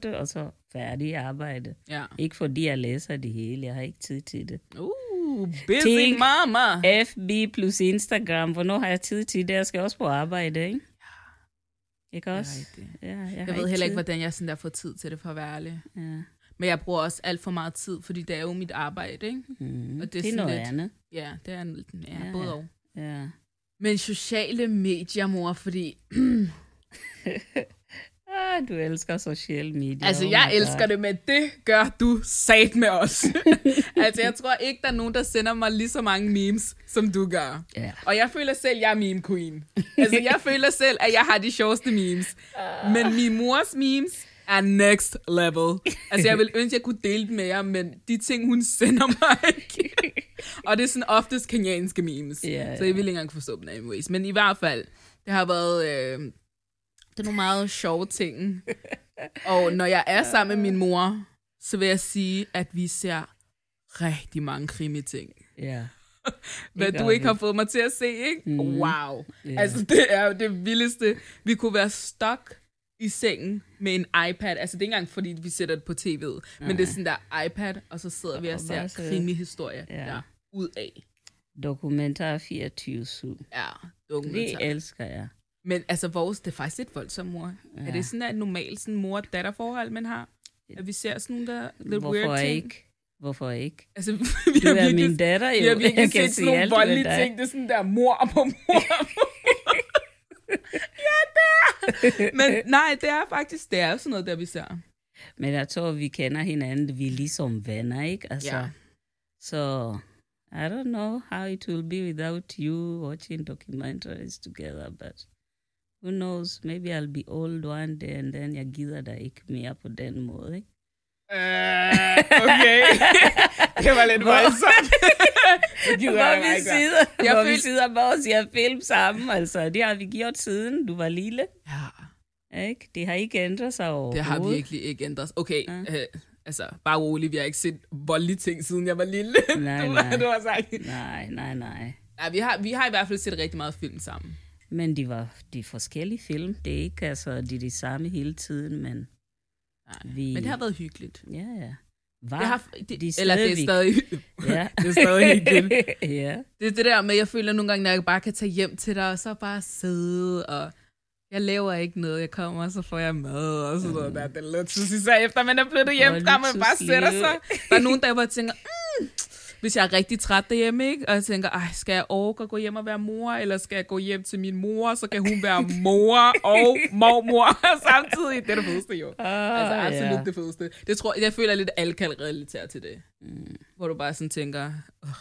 [SPEAKER 2] Ja. Og så færdig arbejde.
[SPEAKER 1] Ja.
[SPEAKER 2] Ikke fordi jeg læser det hele. Jeg har ikke tid til det.
[SPEAKER 1] Uh, busy
[SPEAKER 2] Tænk-
[SPEAKER 1] mama.
[SPEAKER 2] FB plus Instagram. Hvornår har jeg tid til det? Jeg skal også på arbejde, ikke? Ikke også?
[SPEAKER 1] rigtigt.
[SPEAKER 2] Ja, jeg, har
[SPEAKER 1] Jeg ved heller ikke,
[SPEAKER 2] tid.
[SPEAKER 1] hvordan jeg sådan der får tid til det, for at være ærlig.
[SPEAKER 2] Ja.
[SPEAKER 1] Men jeg bruger også alt for meget tid, fordi det er jo mit arbejde, ikke?
[SPEAKER 2] Mm.
[SPEAKER 1] Og det er
[SPEAKER 2] det, er
[SPEAKER 1] sådan
[SPEAKER 2] noget
[SPEAKER 1] lidt-
[SPEAKER 2] andet.
[SPEAKER 1] Ja, det er en- ja,
[SPEAKER 2] Ja,
[SPEAKER 1] både
[SPEAKER 2] ja.
[SPEAKER 1] og.
[SPEAKER 2] Ja.
[SPEAKER 1] Men sociale medier, mor, fordi...
[SPEAKER 2] Oh Ah, du elsker social media.
[SPEAKER 1] altså,
[SPEAKER 2] oh
[SPEAKER 1] jeg
[SPEAKER 2] my
[SPEAKER 1] elsker
[SPEAKER 2] God.
[SPEAKER 1] det, men det gør du sat med os. altså, jeg tror ikke, der er nogen, der sender mig lige så mange memes, som du gør.
[SPEAKER 2] Ja.
[SPEAKER 1] Og jeg føler selv, jeg er meme queen. Altså, jeg føler selv, at jeg har de sjoveste memes.
[SPEAKER 2] Ah.
[SPEAKER 1] Men min mors memes er next level. Altså, jeg vil ønske, at jeg kunne dele dem med jer, men de ting, hun sender mig ikke. Og det er sådan oftest kenyanske memes.
[SPEAKER 2] Ja,
[SPEAKER 1] så jeg vil ikke engang forstå dem anyways. Men i hvert fald, det har været... Øh, det er nogle meget sjove ting. Og når jeg er sammen med min mor, så vil jeg sige, at vi ser rigtig mange krimi-ting
[SPEAKER 2] Ja.
[SPEAKER 1] hvad
[SPEAKER 2] Det gør
[SPEAKER 1] du ikke
[SPEAKER 2] vi.
[SPEAKER 1] har fået mig til at se, ikke? Mm. Wow.
[SPEAKER 2] Ja.
[SPEAKER 1] Yeah. Altså, det er jo det vildeste. Vi kunne være stok i sengen med en iPad. Altså, det er ikke engang, fordi vi sætter det på tv'et. Men det er sådan der iPad, og så sidder vi og
[SPEAKER 2] Og bare
[SPEAKER 1] ser
[SPEAKER 2] sidde.
[SPEAKER 1] krimihistorie
[SPEAKER 2] Ja.
[SPEAKER 1] der ud af.
[SPEAKER 2] Dokumentar 24-7.
[SPEAKER 1] Ja,
[SPEAKER 2] Det
[SPEAKER 1] dokumentar.
[SPEAKER 2] elsker jeg.
[SPEAKER 1] Men altså, vores, det er faktisk lidt voldsomt, mor. Ja. Er det sådan et normalt sådan mor-datter-forhold, man har? At vi ser sådan nogle der lidt
[SPEAKER 2] Hvorfor
[SPEAKER 1] weird ting?
[SPEAKER 2] ikke? Hvorfor ikke?
[SPEAKER 1] Altså, vi
[SPEAKER 2] Du
[SPEAKER 1] har
[SPEAKER 2] er
[SPEAKER 1] virkelig-
[SPEAKER 2] min datter, jo.
[SPEAKER 1] Jeg har
[SPEAKER 2] Jeg
[SPEAKER 1] virkelig
[SPEAKER 2] kan
[SPEAKER 1] set
[SPEAKER 2] se
[SPEAKER 1] sådan nogle
[SPEAKER 2] alt ved
[SPEAKER 1] voldelige
[SPEAKER 2] dig.
[SPEAKER 1] ting. Det er sådan der mor på mor. ja, det er. Men nej, det er faktisk, det er jo sådan noget, der vi ser.
[SPEAKER 2] Men jeg tror, vi kender hinanden. Vi er ligesom venner, ikke? Altså,
[SPEAKER 1] Ja.
[SPEAKER 2] Så, I don't know how it will be without you watching documentaries together, but who knows, maybe I'll be old one day, and then jeg gider da ikke mere på den måde, ikke?
[SPEAKER 1] Uh, okay. det var lidt voldsomt. det gider jeg
[SPEAKER 2] Hvor vi
[SPEAKER 1] ikke. være.
[SPEAKER 2] sidder,
[SPEAKER 1] Jeg
[SPEAKER 2] hvor vi
[SPEAKER 1] følte-
[SPEAKER 2] sidder bare og ser film sammen, altså. Det har vi gjort siden du var lille,
[SPEAKER 1] Ja,
[SPEAKER 2] ikke? Det har ikke ændret sig overhovedet.
[SPEAKER 1] det har virkelig ikke ændret sig. Okay, ja. øh, altså, bare rolig, vi har ikke set voldelige ting, siden jeg var lille.
[SPEAKER 2] Nej,
[SPEAKER 1] du,
[SPEAKER 2] nej.
[SPEAKER 1] du har sagt.
[SPEAKER 2] Nej, nej, nej.
[SPEAKER 1] Nej, vi har, vi har i hvert fald set rigtig meget film sammen.
[SPEAKER 2] Men de var de forskellige film. Det er ikke altså, de er de samme hele tiden, men
[SPEAKER 1] Nej.
[SPEAKER 2] Vi-
[SPEAKER 1] Men det har været hyggeligt.
[SPEAKER 2] ja, ja. Var,
[SPEAKER 1] Det har, det,
[SPEAKER 2] de er
[SPEAKER 1] eller det er
[SPEAKER 2] stadigvæk-
[SPEAKER 1] stadig,
[SPEAKER 2] Ja.
[SPEAKER 1] det er stadig hyggeligt.
[SPEAKER 2] ja.
[SPEAKER 1] Det er det der med, at jeg føler nogle gange, når jeg bare kan tage hjem til dig, og så bare sidde, og jeg laver ikke noget. Jeg kommer, og så får jeg mad, og sådan noget der. Det er lidt tussi, så efter man er flyttet hjem,
[SPEAKER 2] Og
[SPEAKER 1] der man bare
[SPEAKER 2] luksusliv.
[SPEAKER 1] sætter sig. Der er nogle dage, hvor jeg tænker, mm, hvis jeg er rigtig træt derhjemme, ikke? og jeg tænker, Ej, skal jeg overgå at gå hjem og være mor, eller skal jeg gå hjem til min mor, så kan hun være mor og mormor samtidig. Det er det fedeste jo.
[SPEAKER 2] Oh,
[SPEAKER 1] Altså absolut
[SPEAKER 2] ja.
[SPEAKER 1] det fedeste. Det tror, jeg føler lidt, at alle kan relatere til det. Mm. Hvor du bare sådan tænker, "Ugh,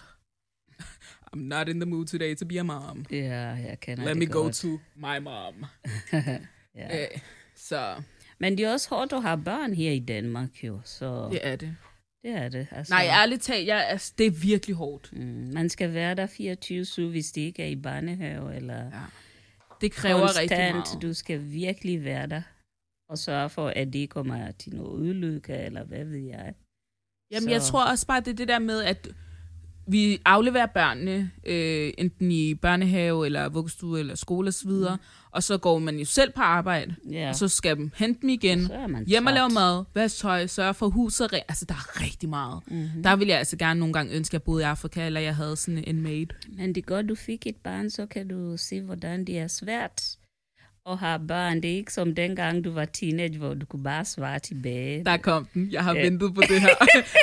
[SPEAKER 1] I'm not in the mood today to be a mom.
[SPEAKER 2] Ja, jeg kender
[SPEAKER 1] Let
[SPEAKER 2] det
[SPEAKER 1] me go
[SPEAKER 2] godt.
[SPEAKER 1] to my mom.
[SPEAKER 2] Ja.
[SPEAKER 1] Ja. Øh, så
[SPEAKER 2] Men det er også hårdt at have børn her i Danmark, jo. Så
[SPEAKER 1] det er det.
[SPEAKER 2] det er det. Altså,
[SPEAKER 1] Nej, ærligt talt, jeg, altså, det er virkelig hårdt.
[SPEAKER 2] mm, man skal være der 24-7, hvis det ikke er i børnehave, eller
[SPEAKER 1] Ja. Det kræver rigtig
[SPEAKER 2] konstant.
[SPEAKER 1] meget.
[SPEAKER 2] Du skal virkelig være der og sørge for, at det ikke kommer til noget ulykke, eller hvad ved jeg.
[SPEAKER 1] Jamen,
[SPEAKER 2] så-
[SPEAKER 1] jeg tror også bare, det er det der med, at vi afleverer børnene, øh, enten i børnehave, eller vuggestue, eller skole osv., mm. og så går man jo selv på arbejde,
[SPEAKER 2] Ja.
[SPEAKER 1] og så skal man hente dem igen,
[SPEAKER 2] Så er man
[SPEAKER 1] hjem og
[SPEAKER 2] træt.
[SPEAKER 1] lave mad, vaske tøj, sørge for hus og re- Altså, der er rigtig meget.
[SPEAKER 2] Mhm.
[SPEAKER 1] Mm-hmm. Der ville jeg altså gerne nogle gange ønske, at jeg boede i Afrika, eller jeg havde sådan en maid.
[SPEAKER 2] Men det er godt, du fik et barn, så kan du se, hvordan det er svært at have børn. Det er ikke som dengang, du var teenage, hvor du kunne bare svare tilbage.
[SPEAKER 1] Der kom den. Jeg har
[SPEAKER 2] Ja.
[SPEAKER 1] ventet på det her.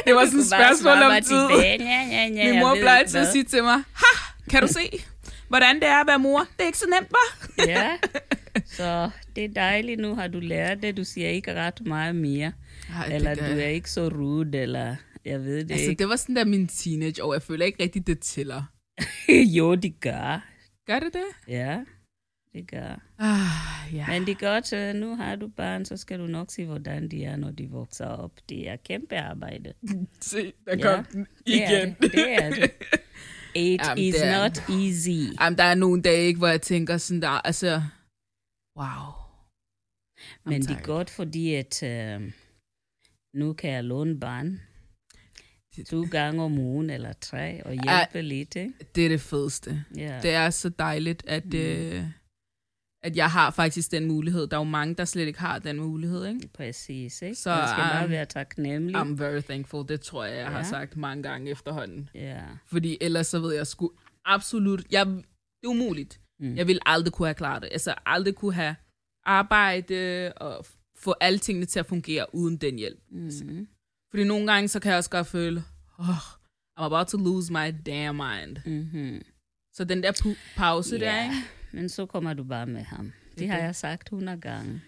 [SPEAKER 1] det var sådan et
[SPEAKER 2] Du bare
[SPEAKER 1] spørgsmål
[SPEAKER 2] svarer
[SPEAKER 1] om
[SPEAKER 2] bare
[SPEAKER 1] tid.
[SPEAKER 2] tilbage. Ja, ja, ja,
[SPEAKER 1] Min
[SPEAKER 2] jeg
[SPEAKER 1] mor
[SPEAKER 2] ved
[SPEAKER 1] plejer
[SPEAKER 2] ikke
[SPEAKER 1] altid at
[SPEAKER 2] hvad.
[SPEAKER 1] sige til mig, ha, kan du se, hvordan det er at være mor? Det er ikke så nemt, hva'?
[SPEAKER 2] Ja, så det er dejligt. Nu har du lært det. Du siger ikke ret meget mere.
[SPEAKER 1] Ej, det
[SPEAKER 2] eller
[SPEAKER 1] gør
[SPEAKER 2] du
[SPEAKER 1] jeg.
[SPEAKER 2] er ikke så rude, eller jeg ved det
[SPEAKER 1] Altså,
[SPEAKER 2] ikke.
[SPEAKER 1] det var sådan der min teenage og Jeg føler ikke rigtigt, det tæller.
[SPEAKER 2] jo, det gør.
[SPEAKER 1] Gør det det?
[SPEAKER 2] Ja, det gør.
[SPEAKER 1] Ah, ja.
[SPEAKER 2] Men det er godt, øh, nu har du barn, så skal du nok se, hvordan de er, når de vokser op. Det er kæmpe arbejde.
[SPEAKER 1] Se, der
[SPEAKER 2] Ja,
[SPEAKER 1] kom den
[SPEAKER 2] Det er
[SPEAKER 1] igen.
[SPEAKER 2] det. det, er det. It
[SPEAKER 1] Jamen,
[SPEAKER 2] is
[SPEAKER 1] det er
[SPEAKER 2] not easy.
[SPEAKER 1] Jamen, der er nogle dage, ikke, hvor jeg tænker sådan der, altså, wow. I'm
[SPEAKER 2] Men det er
[SPEAKER 1] tired.
[SPEAKER 2] godt, fordi at øh, nu kan jeg låne barn to gange om ugen eller tre og hjælpe lidt. Ikke?
[SPEAKER 1] Det er det fedeste.
[SPEAKER 2] Ja.
[SPEAKER 1] Det er så dejligt, at, mm. øh, at jeg har faktisk den mulighed. Der er jo mange, der slet ikke har den mulighed, ikke?
[SPEAKER 2] Præcis, ikke?
[SPEAKER 1] Så,
[SPEAKER 2] Så, Man skal bare
[SPEAKER 1] um,
[SPEAKER 2] være taknemmelig. Um,
[SPEAKER 1] I'm very thankful. Det tror jeg, jeg ja. har
[SPEAKER 2] Ja.
[SPEAKER 1] sagt mange gange efterhånden.
[SPEAKER 2] ja.
[SPEAKER 1] Fordi ellers så ved jeg sgu absolut... Jeg, det er umuligt. Mm.
[SPEAKER 2] Mm.
[SPEAKER 1] Jeg ville aldrig kunne have klaret det. Altså aldrig kunne have arbejde og f- få alle tingene til at fungere uden den hjælp.
[SPEAKER 2] Mm-hmm.
[SPEAKER 1] Fordi nogle gange, så kan jeg også godt føle, oh, I'm about to lose my damn mind.
[SPEAKER 2] Mm-hmm.
[SPEAKER 1] Så den der pu- pause yeah. der, ikke?
[SPEAKER 2] Men så kommer du bare med ham. Det har jeg sagt 100 gange.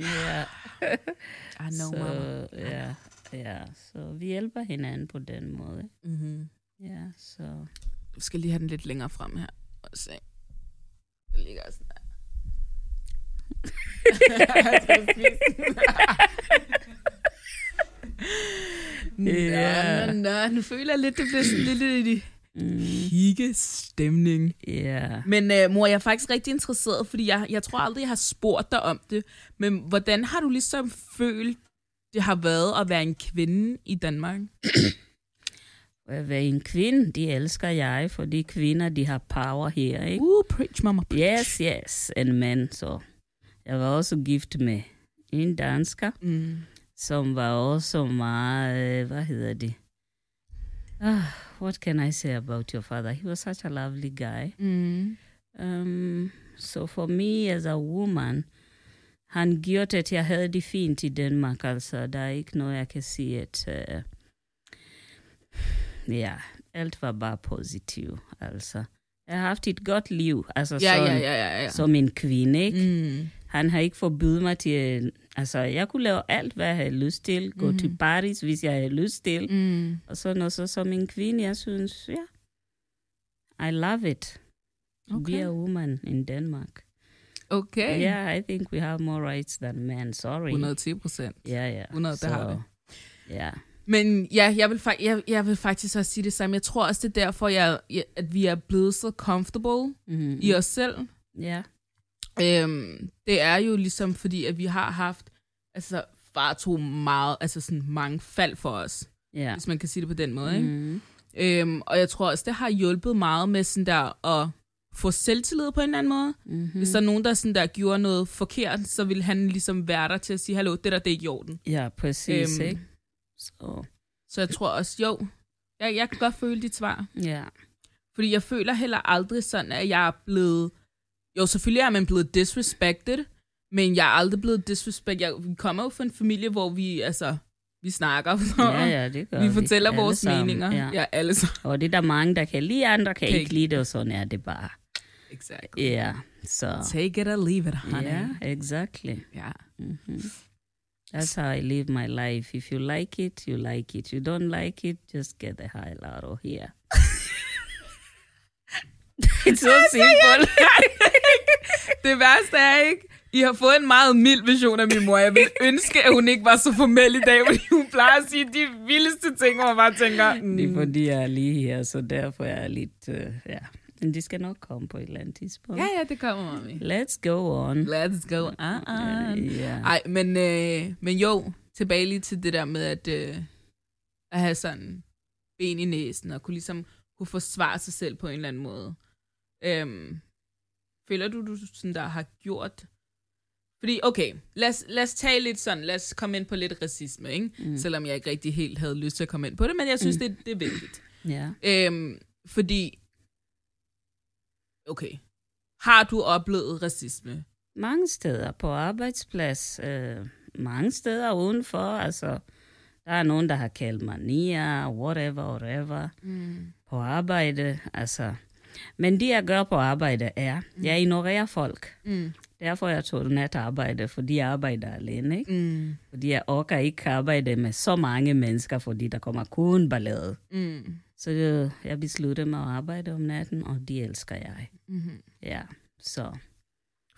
[SPEAKER 2] Ja,
[SPEAKER 1] I know,
[SPEAKER 2] så,
[SPEAKER 1] Ah, mama.
[SPEAKER 2] ja, ja, så vi hjælper hinanden på den måde.
[SPEAKER 1] Mm-hmm.
[SPEAKER 2] Ja, så...
[SPEAKER 1] Jeg skal lige have den lidt længere frem her. Og se. Det ligger sådan der. Jeg skal spise den.
[SPEAKER 2] Ja.
[SPEAKER 1] Nå, nå, nå. Nu føler jeg lidt, det bliver sådan lidt i hygge stemning.
[SPEAKER 2] mm, Ja.
[SPEAKER 1] Men øh, mor, jeg er faktisk rigtig interesseret, fordi jeg, jeg tror aldrig, jeg har spurgt dig om det. Men hvordan har du ligesom følt, det har været at være en kvinde i Danmark?
[SPEAKER 2] At være en kvinde, det elsker jeg, fordi kvinder, de har power her, ikke?
[SPEAKER 1] Uh, preach, mama.
[SPEAKER 2] Yes, yes, en mand, så... Jeg var også gift med en dansker,
[SPEAKER 1] Mm.
[SPEAKER 2] som var også meget, øh, hvad hedder det? Ah, what can I say about your father? He was such a lovely guy.
[SPEAKER 1] Mm.
[SPEAKER 2] Um, so for me as a woman, han gjorde, at jeg havde det fint i Danmark, altså. Der er ikke noget, jeg kan sige, at... Øh, ja, alt var bare positivt, altså. Jeg har haft et godt liv, altså
[SPEAKER 1] Ja,
[SPEAKER 2] sådan,
[SPEAKER 1] ja, ja, ja, ja.
[SPEAKER 2] som en kvinde, ikke?
[SPEAKER 1] Mm.
[SPEAKER 2] Han har ikke forbydet mig til... Altså, jeg kunne lave alt, hvad jeg havde lyst til. Gå mm. til
[SPEAKER 1] Mhm.
[SPEAKER 2] Paris, hvis jeg havde lyst til. Mm.
[SPEAKER 1] Mm.
[SPEAKER 2] Og sådan noget. Så som en kvinde, jeg synes, ja. I love it. Okay. Be a woman in Denmark.
[SPEAKER 1] Okay.
[SPEAKER 2] Yeah, I think we have more rights than men. Sorry.
[SPEAKER 1] 110 procent.
[SPEAKER 2] Ja, ja.
[SPEAKER 1] 100, det har vi.
[SPEAKER 2] Ja.
[SPEAKER 1] Men ja, jeg vil, fa- jeg, jeg vil faktisk også sige det samme. Jeg tror også, det er derfor, jeg, jeg, at vi er blevet så comfortable
[SPEAKER 2] Mm.
[SPEAKER 1] i os selv.
[SPEAKER 2] Ja.
[SPEAKER 1] Øhm, det er jo ligesom fordi, at vi har haft, altså far tog meget, altså sådan mange fald for os,
[SPEAKER 2] Ja.
[SPEAKER 1] hvis man kan sige det på den måde. Ikke?
[SPEAKER 2] Mm.
[SPEAKER 1] Øhm, og jeg tror også, det har hjulpet meget med sådan der at få selvtillid på en eller anden måde.
[SPEAKER 2] Mm-hmm.
[SPEAKER 1] Hvis der er nogen, der sådan der gjorde noget forkert, så ville han ligesom være der til at sige, hallo, det der, det er ikke i orden.
[SPEAKER 2] Ja, præcis,
[SPEAKER 1] Øhm.
[SPEAKER 2] ikke? Så,
[SPEAKER 1] Så jeg tror også, jo, jeg, jeg kan godt føle dit svar.
[SPEAKER 2] ja.
[SPEAKER 1] Fordi jeg føler heller aldrig sådan, at jeg er blevet... Jo, selvfølgelig er man blevet disrespected, men jeg er aldrig blevet disrespected. Jeg vi kommer jo fra en familie, hvor vi, altså, vi snakker.
[SPEAKER 2] Ja, ja, det gør
[SPEAKER 1] vi fortæller
[SPEAKER 2] alle
[SPEAKER 1] vores
[SPEAKER 2] sammen.
[SPEAKER 1] meninger.
[SPEAKER 2] Ja.
[SPEAKER 1] ja alle sammen.
[SPEAKER 2] Og det er der mange, der kan lide, andre kan
[SPEAKER 1] Kan
[SPEAKER 2] ikke lide det, og sådan er det bare.
[SPEAKER 1] Exactly.
[SPEAKER 2] Ja, yeah, så...
[SPEAKER 1] Take it or leave it,
[SPEAKER 2] Ja,
[SPEAKER 1] honey.
[SPEAKER 2] yeah, exactly.
[SPEAKER 1] Ja.
[SPEAKER 2] Mm-hmm. That's how I live my life. If you like it, you like it. You don't like it, just get the hell out of here. It's so simple.
[SPEAKER 1] Det værste er ikke, I har fået en meget mild version af min mor. Jeg vil ønske, at hun ikke var så formel i dag, fordi hun plejer at sige de vildeste ting, hvor man bare tænker... Mm.
[SPEAKER 2] Det er fordi, jeg er lige her, så derfor er jeg lidt... Uh, ja. Men det skal nok komme på et eller andet tidspunkt.
[SPEAKER 1] Ja, ja, det kommer, mami.
[SPEAKER 2] Let's go on. Uh,
[SPEAKER 1] Let's go on.
[SPEAKER 2] Ja.
[SPEAKER 1] Ej, men, øh, men jo, tilbage lige til det der med at, øh, at have sådan ben i næsen, og kunne ligesom kunne forsvare sig selv på en eller anden måde. Øhm, føler du, du sådan der har gjort... Fordi, okay, lad os, lad os tage lidt sådan, lad os komme ind på lidt racisme, ikke? Mm. Selvom jeg ikke rigtig helt havde lyst til at komme ind på det, men jeg synes, mm. det, det er vigtigt.
[SPEAKER 2] Ja.
[SPEAKER 1] Øhm, fordi, okay, har du oplevet racisme?
[SPEAKER 2] Mange steder på arbejdsplads, øh, mange steder udenfor, altså, der er nogen, der har kaldt mig Nia, whatever, whatever,
[SPEAKER 1] Mm.
[SPEAKER 2] på arbejde, altså. Men det, jeg gør på arbejde, er, jeg ignorerer folk.
[SPEAKER 1] Mm.
[SPEAKER 2] Derfor jeg tog natarbejde, fordi jeg arbejder alene, ikke?
[SPEAKER 1] Mm.
[SPEAKER 2] Fordi jeg orker ikke arbejde med så mange mennesker, fordi der kommer kun ballade.
[SPEAKER 1] Mm.
[SPEAKER 2] Så øh, jeg besluttede mig at arbejde om natten, og det elsker jeg.
[SPEAKER 1] Mm-hmm.
[SPEAKER 2] Ja, så.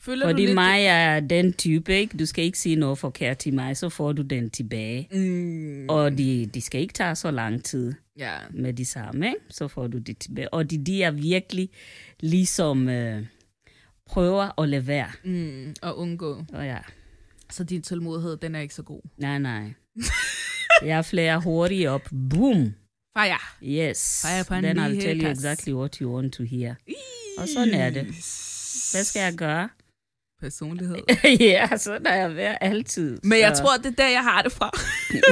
[SPEAKER 1] Føler du
[SPEAKER 2] Fordi
[SPEAKER 1] lidt...
[SPEAKER 2] mig er den type, ikke? Du skal ikke sige noget forkert til mig, så får du den tilbage.
[SPEAKER 1] Mm.
[SPEAKER 2] Og de, de skal ikke tage så lang tid
[SPEAKER 1] Ja.
[SPEAKER 2] med de samme, ikke? så får du det tilbage. Og de, de er virkelig ligesom øh, prøver at lade være.
[SPEAKER 1] Mm. Og undgå.
[SPEAKER 2] Og ja,
[SPEAKER 1] Så din tålmodighed, den er ikke så god.
[SPEAKER 2] nej, nej. Jeg flærer hurtigt op. Boom!
[SPEAKER 1] Fejr.
[SPEAKER 2] Yes. Fire upon Then
[SPEAKER 1] me,
[SPEAKER 2] I'll
[SPEAKER 1] here
[SPEAKER 2] tell you
[SPEAKER 1] comes.
[SPEAKER 2] exactly what you want to hear. Og sådan er det. Hvad skal jeg gøre?
[SPEAKER 1] Personlighed.
[SPEAKER 2] ja, sådan er jeg ved altid.
[SPEAKER 1] Men jeg
[SPEAKER 2] så-
[SPEAKER 1] tror, det er der, jeg har det fra.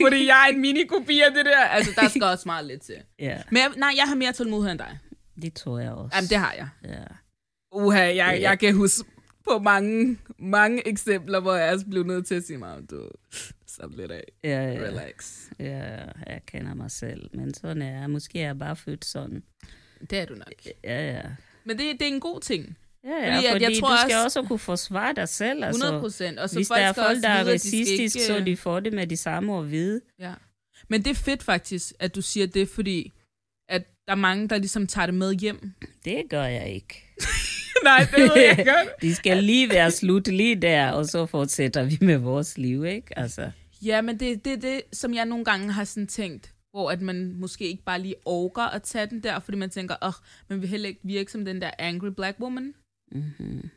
[SPEAKER 1] Fordi jeg er en minikopi af det der. Altså, der skal også meget lidt til.
[SPEAKER 2] ja,
[SPEAKER 1] Men jeg, nej, jeg har mere tålmodighed end dig.
[SPEAKER 2] det tror jeg også.
[SPEAKER 1] Jamen, det har jeg.
[SPEAKER 2] ja.
[SPEAKER 1] Uha, jeg, jeg kan huske på mange, mange eksempler, hvor jeg også blev nødt til at sige mig, du, slap lidt af.
[SPEAKER 2] Ja, ja,
[SPEAKER 1] Relax.
[SPEAKER 2] ja, jeg kender mig selv, men sådan er jeg. Måske er jeg bare født sådan.
[SPEAKER 1] Det er du nok.
[SPEAKER 2] Ja, ja.
[SPEAKER 1] Men det, det er en god ting.
[SPEAKER 2] Ja,
[SPEAKER 1] Fordi
[SPEAKER 2] ja, fordi,
[SPEAKER 1] at
[SPEAKER 2] fordi
[SPEAKER 1] jeg
[SPEAKER 2] jeg
[SPEAKER 1] tror
[SPEAKER 2] tror du skal
[SPEAKER 1] også-
[SPEAKER 2] også kunne forsvare dig selv. Altså,
[SPEAKER 1] 100 procent. Og så
[SPEAKER 2] Hvis
[SPEAKER 1] folk
[SPEAKER 2] der er
[SPEAKER 1] skal
[SPEAKER 2] folk,
[SPEAKER 1] også
[SPEAKER 2] der er
[SPEAKER 1] vide, at de skal
[SPEAKER 2] racistiske,
[SPEAKER 1] ikke,
[SPEAKER 2] så
[SPEAKER 1] øh,
[SPEAKER 2] de får det med de samme at vide.
[SPEAKER 1] Ja. Men det er fedt faktisk, at du siger det, fordi at der er mange, der ligesom tager det med hjem.
[SPEAKER 2] Det gør jeg ikke.
[SPEAKER 1] Nej, det ved jeg godt.
[SPEAKER 2] De skal lige være slut lige der, og så fortsætter vi med vores liv, ikke? Altså,
[SPEAKER 1] Ja, men det er det, er det, som jeg nogle gange har sådan tænkt, hvor at man måske ikke bare lige orker at tage den der, fordi man tænker, åh, man vil heller ikke virke som den der angry black woman.
[SPEAKER 2] mm-hmm.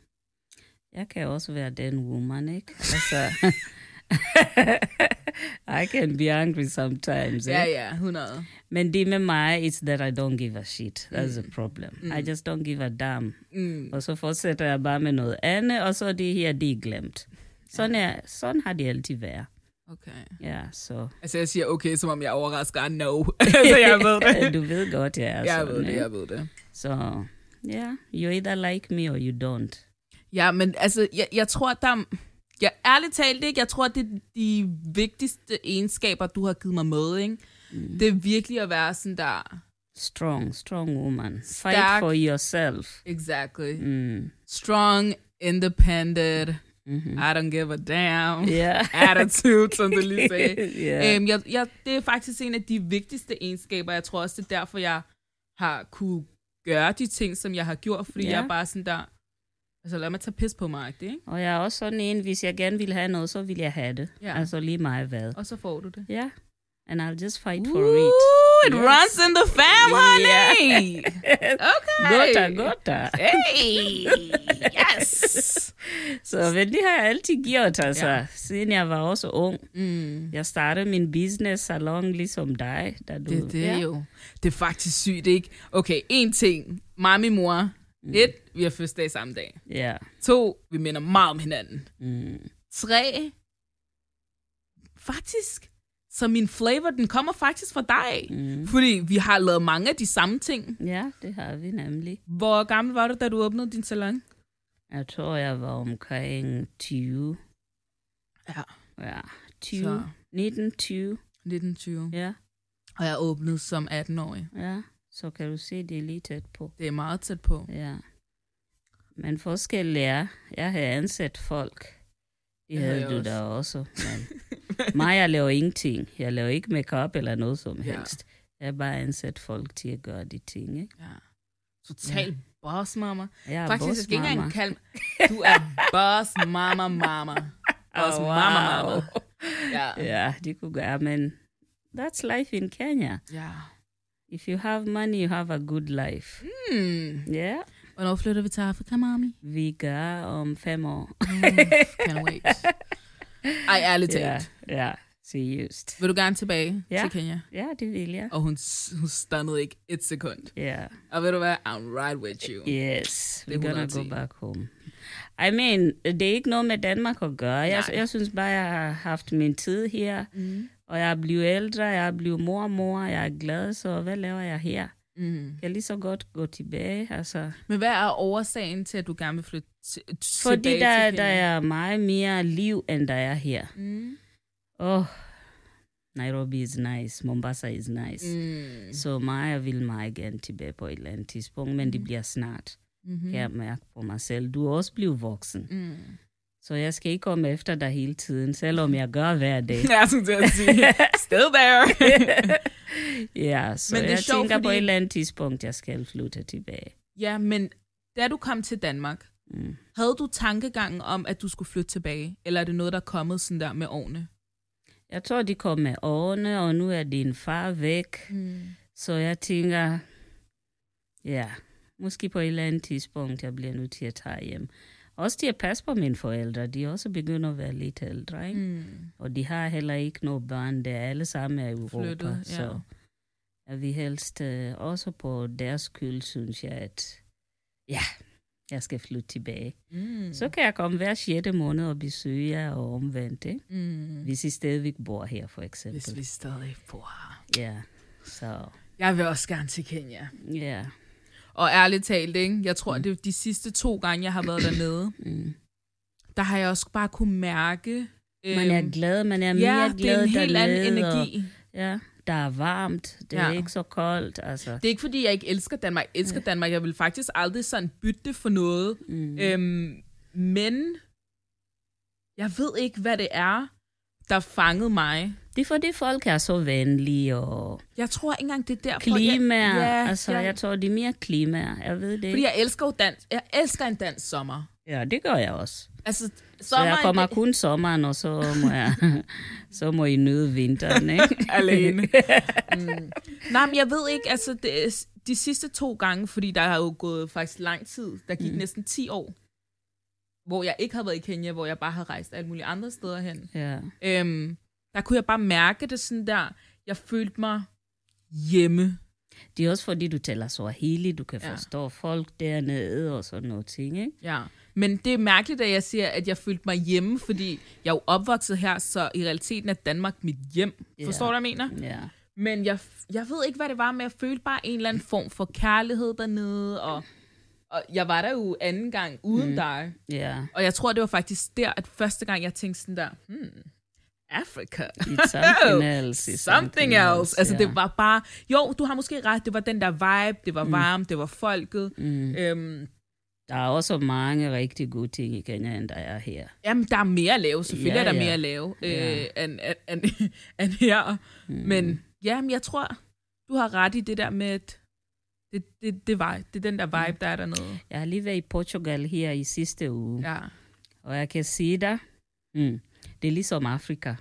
[SPEAKER 2] jeg kan også være den woman, ikke? Altså, I can be angry sometimes,
[SPEAKER 1] Ja,
[SPEAKER 2] ikke?
[SPEAKER 1] ja, 100.
[SPEAKER 2] Men det med mig, it's that I don't give a shit. That's the problem. I just don't give a damn.
[SPEAKER 1] Mm.
[SPEAKER 2] Og så fortsætter jeg bare med noget andet, og så er det her, det er glemt. Sådan, er, sådan har det altid været.
[SPEAKER 1] Okay.
[SPEAKER 2] Ja, så...
[SPEAKER 1] Altså, jeg siger okay, som om jeg overrasker. No. altså, jeg ved det.
[SPEAKER 2] øh, du ved godt, jeg er
[SPEAKER 1] Jeg
[SPEAKER 2] sådan,
[SPEAKER 1] ved det,
[SPEAKER 2] ikke?
[SPEAKER 1] jeg ved det.
[SPEAKER 2] Så ja, yeah, you either like me or you don't.
[SPEAKER 1] Ja, men altså, jeg, jeg tror, at der... Jeg, ærligt talt ikke, jeg tror, at det er de vigtigste egenskaber, du har givet mig med, ikke? Mm. Det er virkelig at være sådan der...
[SPEAKER 2] Strong, strong woman. Fight
[SPEAKER 1] Stærk.
[SPEAKER 2] for yourself.
[SPEAKER 1] Exactly. Mm.
[SPEAKER 2] Mm.
[SPEAKER 1] Strong, independent,
[SPEAKER 2] Mm-hmm.
[SPEAKER 1] I don't give a damn,
[SPEAKER 2] Yeah.
[SPEAKER 1] attitude, som du lige sagde.
[SPEAKER 2] yeah.
[SPEAKER 1] Øhm, jeg, jeg, det er faktisk en af de vigtigste egenskaber. Jeg tror også, det er derfor, jeg har kunne gøre de ting, som jeg har gjort, fordi
[SPEAKER 2] Ja.
[SPEAKER 1] yeah. jeg er bare sådan der, altså lad mig tage pis på mig, ikke?
[SPEAKER 2] Og jeg er også sådan en, hvis jeg gerne vil have noget, så vil jeg have det.
[SPEAKER 1] Ja.
[SPEAKER 2] Altså lige meget hvad.
[SPEAKER 1] Og så får du det.
[SPEAKER 2] Ja, yeah. and I'll just fight for
[SPEAKER 1] Ooh,
[SPEAKER 2] it.
[SPEAKER 1] it
[SPEAKER 2] Yes.
[SPEAKER 1] runs in the fam, honey! Okay!
[SPEAKER 2] Godta, godta.
[SPEAKER 1] Hey! Yes!
[SPEAKER 2] Så men det har jeg altid gjort, altså.
[SPEAKER 1] Ja.
[SPEAKER 2] Ja. Siden jeg var også ung.
[SPEAKER 1] Mm.
[SPEAKER 2] Jeg startede min business salon ligesom dig. Da du,
[SPEAKER 1] Det, er det er
[SPEAKER 2] ja.
[SPEAKER 1] jo. Det er faktisk sygt, ikke? Okay, en ting. Mig og min mor.
[SPEAKER 2] Mm.
[SPEAKER 1] Et, vi har fødselsdag samme dag.
[SPEAKER 2] Ja.
[SPEAKER 1] To, vi minder meget om hinanden.
[SPEAKER 2] Mm.
[SPEAKER 1] Tre, faktisk, så min flavor, den kommer faktisk fra dig. Mm. Fordi vi har lavet mange af de samme ting.
[SPEAKER 2] ja, det har vi nemlig.
[SPEAKER 1] Hvor gammel var du, da du åbnede din salon?
[SPEAKER 2] Jeg tror, jeg var omkring 20.
[SPEAKER 1] Ja.
[SPEAKER 2] Ja, 20.
[SPEAKER 1] Så.
[SPEAKER 2] Så. 19, 20.
[SPEAKER 1] 1920.
[SPEAKER 2] Ja,
[SPEAKER 1] Og jeg åbnede som 18-årig.
[SPEAKER 2] ja. Så kan du se, det er lige tæt på.
[SPEAKER 1] Det er meget tæt på.
[SPEAKER 2] Ja. Men forskellen er, jeg havde ansat folk. Det
[SPEAKER 1] Det havde
[SPEAKER 2] havde
[SPEAKER 1] jeg
[SPEAKER 2] du
[SPEAKER 1] også.
[SPEAKER 2] da også. Men mig, jeg laver ingenting. Jeg laver ikke makeup eller noget som
[SPEAKER 1] Ja.
[SPEAKER 2] helst. Jeg har bare ansat folk til at gøre de ting. Ikke?
[SPEAKER 1] Ja. Total ja. boss, mama.
[SPEAKER 2] Jeg er
[SPEAKER 1] Faktisk, jeg skal ikke engang
[SPEAKER 2] bossmama.
[SPEAKER 1] kalde Du er boss, mama, mama. Boss, oh,
[SPEAKER 2] Åh, wow.
[SPEAKER 1] mama, mama. Ja.
[SPEAKER 2] Ja, det kunne gøre, men that's life in Kenya.
[SPEAKER 1] ja.
[SPEAKER 2] If you have money, you have a good life.
[SPEAKER 1] Hmm.
[SPEAKER 2] Ja, yeah.
[SPEAKER 1] Hvornår flytter vi til Afrika, mami?
[SPEAKER 2] vi gør om fem år.
[SPEAKER 1] Can't wait. Ej, ærligt talt.
[SPEAKER 2] Ja, ja. Seriøst.
[SPEAKER 1] Vil du gerne tilbage
[SPEAKER 2] Ja.
[SPEAKER 1] til Kenya?
[SPEAKER 2] Ja, det vil jeg.
[SPEAKER 1] Og hun, s- hun stannede ikke et sekund.
[SPEAKER 2] Ja.
[SPEAKER 1] Og ved du hvad? I'm right with you.
[SPEAKER 2] Yes,
[SPEAKER 1] Det er
[SPEAKER 2] we're gonna
[SPEAKER 1] 110.
[SPEAKER 2] go back home. I mean, det er ikke noget med Danmark at gøre. Jeg,
[SPEAKER 1] Nej.
[SPEAKER 2] jeg synes bare, jeg har haft min tid her, mm. og jeg er blevet ældre, jeg er blevet mormor, jeg er glad, så hvad laver jeg her?
[SPEAKER 1] Mm.
[SPEAKER 2] Jeg kan lige så godt gå tilbage, altså.
[SPEAKER 1] Men hvad er årsagen til, at du gerne vil flytte til, tilbage
[SPEAKER 2] Fordi der,
[SPEAKER 1] til Kenya?
[SPEAKER 2] der er meget mere liv, end der er her.
[SPEAKER 1] Mm.
[SPEAKER 2] Oh, Nairobi is nice, Mombasa is nice. Mm.
[SPEAKER 1] Mm.
[SPEAKER 2] Så Maja vil mig gerne tilbage på et eller andet tidspunkt, men
[SPEAKER 1] Mm.
[SPEAKER 2] det bliver snart,
[SPEAKER 1] Mm-hmm.
[SPEAKER 2] kan jeg mærke på mig selv. Du er også blevet voksen.
[SPEAKER 1] Mm.
[SPEAKER 2] Så jeg skal ikke komme efter dig hele tiden, selvom jeg gør hver dag.
[SPEAKER 1] Jeg er sådan til at sige, still there.
[SPEAKER 2] Ja, så
[SPEAKER 1] Men det er
[SPEAKER 2] jeg
[SPEAKER 1] sjovt,
[SPEAKER 2] tænker på
[SPEAKER 1] fordi-
[SPEAKER 2] et eller andet tidspunkt, jeg skal flytte tilbage.
[SPEAKER 1] ja, men da du kom til Danmark,
[SPEAKER 2] Mm.
[SPEAKER 1] havde du tankegangen om, at du skulle flytte tilbage? Eller er det noget, der er kommet sådan der med årene?
[SPEAKER 2] Jeg tror, de kom med årene, og nu er din far væk.
[SPEAKER 1] Mm.
[SPEAKER 2] Så jeg tænker, ja, måske på et eller andet tidspunkt, jeg bliver nødt til at tage hjem. Også til at passe på mine forældre. De er også begyndt at være lidt ældre, ikke? Mm.
[SPEAKER 1] Mm.
[SPEAKER 2] Og de har heller ikke noget børn. Det er alle sammen er i Europa.
[SPEAKER 1] Flyttet, ja.
[SPEAKER 2] Så jeg vil helst øh, også på deres skyld, synes jeg, at ja, jeg skal flytte tilbage.
[SPEAKER 1] Mm.
[SPEAKER 2] Mm. Så kan jeg komme hver 6. måned og besøge jer og omvendt, ikke?
[SPEAKER 1] Mm.
[SPEAKER 2] Hvis I stadigvæk bor her, for eksempel.
[SPEAKER 1] Hvis vi stadig bor her.
[SPEAKER 2] Ja, så
[SPEAKER 1] Jeg vil også gerne til Kenya.
[SPEAKER 2] ja.
[SPEAKER 1] Og ærligt talt, ikke? jeg
[SPEAKER 2] Hmm.
[SPEAKER 1] tror, det er de sidste to gange, jeg har været dernede,
[SPEAKER 2] Mm.
[SPEAKER 1] der har jeg også bare kunne mærke...
[SPEAKER 2] Man er
[SPEAKER 1] øhm,
[SPEAKER 2] glad, man er mere
[SPEAKER 1] Ja,
[SPEAKER 2] glad
[SPEAKER 1] det er en helt anden
[SPEAKER 2] dernede,
[SPEAKER 1] energi.
[SPEAKER 2] Og, ja, der er varmt, det er
[SPEAKER 1] Ja.
[SPEAKER 2] ikke så koldt, altså.
[SPEAKER 1] Det er ikke, fordi jeg ikke elsker Danmark. Jeg elsker Danmark. Jeg vil faktisk aldrig sådan bytte det for noget.
[SPEAKER 2] Mm.
[SPEAKER 1] Mm. Øhm, men jeg ved ikke, hvad det er, der fangede mig.
[SPEAKER 2] Det er fordi folk er så venlige, og
[SPEAKER 1] Jeg tror ikke engang, det er derfor.
[SPEAKER 2] klima,
[SPEAKER 1] jeg, ja,
[SPEAKER 2] altså
[SPEAKER 1] jeg,
[SPEAKER 2] jeg tror, det er mere klima, jeg ved det
[SPEAKER 1] fordi
[SPEAKER 2] ikke.
[SPEAKER 1] jeg elsker jo dans. Jeg elsker en dansk sommer.
[SPEAKER 2] Ja, det gør jeg også.
[SPEAKER 1] Altså,
[SPEAKER 2] Så
[SPEAKER 1] sommer
[SPEAKER 2] jeg kommer kun sommeren, og så må, jeg, så må I nyde vinteren, ikke?
[SPEAKER 1] alene. mm. Nej, men jeg ved ikke, altså det, er s- de sidste to gange, fordi der har jo gået faktisk lang tid, der gik mm. næsten 10 år, hvor jeg ikke har været i Kenya, hvor jeg bare har rejst alle mulige andre steder hen.
[SPEAKER 2] Ja.
[SPEAKER 1] Øhm, der kunne jeg bare mærke det sådan der, jeg følte mig hjemme.
[SPEAKER 2] Det er også fordi, du taler Swahili, du kan
[SPEAKER 1] Ja.
[SPEAKER 2] forstå folk dernede og sådan noget ting, ikke?
[SPEAKER 1] Ja. Men det er mærkeligt, at jeg siger, at jeg følte mig hjemme, fordi jeg er jo opvokset her, så i realiteten er Danmark mit hjem.
[SPEAKER 2] Ja.
[SPEAKER 1] Forstår du, hvad jeg mener?
[SPEAKER 2] Ja.
[SPEAKER 1] Men jeg, jeg ved ikke, hvad det var, men jeg følte bare en eller anden form for kærlighed dernede, og, og jeg var der jo anden gang uden mm. dig.
[SPEAKER 2] Ja,
[SPEAKER 1] Og jeg tror, det var faktisk der, at første gang, jeg tænkte sådan der, hmm, Africa.
[SPEAKER 2] it's something else. it's
[SPEAKER 1] Something else. Altså,
[SPEAKER 2] ja.
[SPEAKER 1] det var bare... Jo, du har måske ret. Det var den der vibe. Det var
[SPEAKER 2] Mm.
[SPEAKER 1] varmt. Det var folket. Mm. Øhm,
[SPEAKER 2] Der er også mange rigtig gode ting i Kenya, end der er her.
[SPEAKER 1] jamen, der er mere at lave. Selvfølgelig
[SPEAKER 2] Ja,
[SPEAKER 1] er der
[SPEAKER 2] ja.
[SPEAKER 1] mere at lave øh,
[SPEAKER 2] Ja.
[SPEAKER 1] end, end, end, end her. Mm. Men jamen, jeg tror, du har ret i det der med, at det, det, det, vibe, det er den der vibe, der er dernede.
[SPEAKER 2] Jeg har lige været i Portugal her i sidste uge, ja.
[SPEAKER 1] Ja.
[SPEAKER 2] og jeg kan sige dig, mm, det er ligesom Afrika.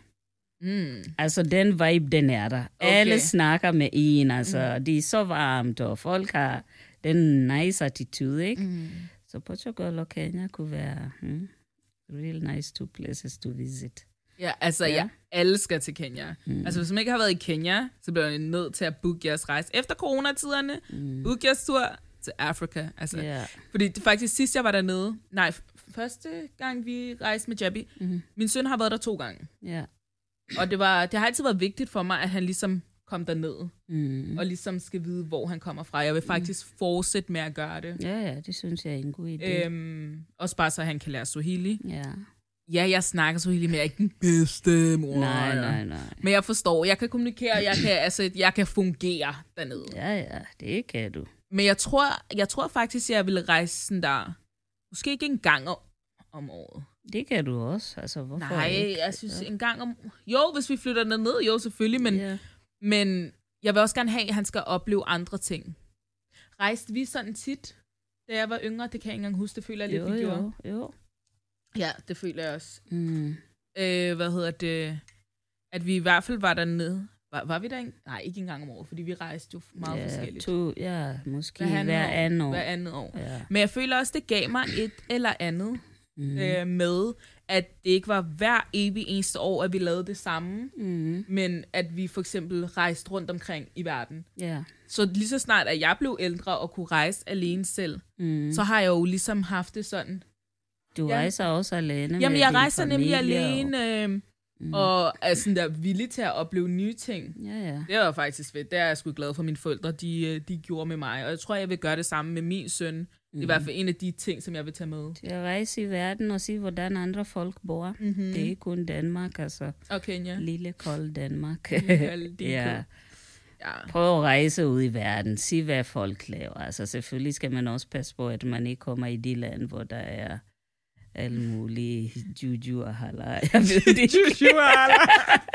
[SPEAKER 1] Mm.
[SPEAKER 2] Altså, den vibe, den er der.
[SPEAKER 1] Okay.
[SPEAKER 2] Okay. Alle snakker med en, altså. Mm. Det er så varmt, og folk har den nice attitude, ikke?
[SPEAKER 1] Mm.
[SPEAKER 2] Så Portugal og Kenya kunne være hmm, real nice two places to visit.
[SPEAKER 1] Ja, altså, ja.
[SPEAKER 2] Ja.
[SPEAKER 1] jeg elsker til Kenya. Mm. Altså, hvis man ikke har været i Kenya, så bliver man nødt til at booke jeres rejse efter coronatiderne. Mm. Book jeres tur til Afrika. Altså, yeah.
[SPEAKER 2] Ja.
[SPEAKER 1] Fordi det, faktisk sidst, jeg var dernede, nej, f- første gang, vi rejste med Jabby, mm. min søn har været der to gange.
[SPEAKER 2] Ja.
[SPEAKER 1] Og det, var, det har altid været vigtigt for mig, at han ligesom kom derned,
[SPEAKER 2] Mm.
[SPEAKER 1] og ligesom skal vide, hvor han kommer fra. Jeg vil faktisk fortsætte med at gøre det.
[SPEAKER 2] ja, ja, det synes jeg er en god idé. Øh.
[SPEAKER 1] Øhm, også bare så, at han kan lære Swahili.
[SPEAKER 2] Ja.
[SPEAKER 1] Ja, jeg snakker Swahili, men jeg er ikke den bedste mor.
[SPEAKER 2] Nej, nej, nej.
[SPEAKER 1] Men jeg forstår, jeg kan kommunikere, jeg kan, altså, jeg kan fungere dernede.
[SPEAKER 2] Ja, ja, det kan du.
[SPEAKER 1] Men jeg tror, jeg tror faktisk, jeg ville rejse sådan der, måske ikke en gang om, om året.
[SPEAKER 2] Det kan du også. Altså, hvorfor
[SPEAKER 1] Nej,
[SPEAKER 2] ikke?
[SPEAKER 1] jeg synes en gang om... Jo, hvis vi flytter ned, jo selvfølgelig, men, yeah.
[SPEAKER 2] ja.
[SPEAKER 1] men jeg vil også gerne have, at han skal opleve andre ting. Rejste vi sådan tit, da jeg var yngre? Det kan jeg ikke engang huske, det føler jeg lidt,
[SPEAKER 2] Jo,
[SPEAKER 1] vi gjorde.
[SPEAKER 2] jo, jo.
[SPEAKER 1] Ja, det føler jeg også.
[SPEAKER 2] Mm.
[SPEAKER 1] øh, hvad hedder det, at vi i hvert fald var dernede. Var, var vi der ikke? Nej, ikke engang om året, fordi vi rejste jo meget yeah,
[SPEAKER 2] ja,
[SPEAKER 1] forskelligt.
[SPEAKER 2] to, ja, måske
[SPEAKER 1] Hver anden
[SPEAKER 2] hver,
[SPEAKER 1] år.
[SPEAKER 2] anden år.
[SPEAKER 1] Hver andet år.
[SPEAKER 2] Ja.
[SPEAKER 1] Men jeg føler også, det gav mig et eller andet
[SPEAKER 2] Mm.
[SPEAKER 1] øh, med, at det ikke var hver evig eneste år, at vi lavede det samme, mm. men at vi for eksempel rejste rundt omkring i verden.
[SPEAKER 2] Ja.
[SPEAKER 1] Så lige så snart, at jeg blev ældre og kunne rejse alene selv, mm. så har jeg jo ligesom haft det sådan.
[SPEAKER 2] Du
[SPEAKER 1] Ja.
[SPEAKER 2] rejser også alene
[SPEAKER 1] Jamen,
[SPEAKER 2] med
[SPEAKER 1] jeg
[SPEAKER 2] din
[SPEAKER 1] rejser nemlig
[SPEAKER 2] familie og-
[SPEAKER 1] alene, øh, mm. og er sådan der villig til at opleve nye ting.
[SPEAKER 2] Ja, ja.
[SPEAKER 1] Det var faktisk fedt. Det er jeg sgu glad for, mine forældre de, øh, de gjorde med mig. Og jeg tror, jeg vil gøre det samme med min søn. Det er i
[SPEAKER 2] Mm.
[SPEAKER 1] hvert fald en af de ting, som jeg vil tage med.
[SPEAKER 2] Til at rejse i verden og se, hvordan andre folk bor.
[SPEAKER 1] Mhm.
[SPEAKER 2] Mm-hmm. Det er ikke kun Danmark, altså.
[SPEAKER 1] Og Kenya.
[SPEAKER 2] Lille, kold Danmark.
[SPEAKER 1] Lille, det er
[SPEAKER 2] ja.
[SPEAKER 1] Ja.
[SPEAKER 2] Prøv at rejse ud i verden. Se, hvad folk laver. Altså, selvfølgelig skal man også passe på, at man ikke kommer i de lande, hvor der er alle mulige juju og halal. Jeg ved det ikke.
[SPEAKER 1] Juju Allah.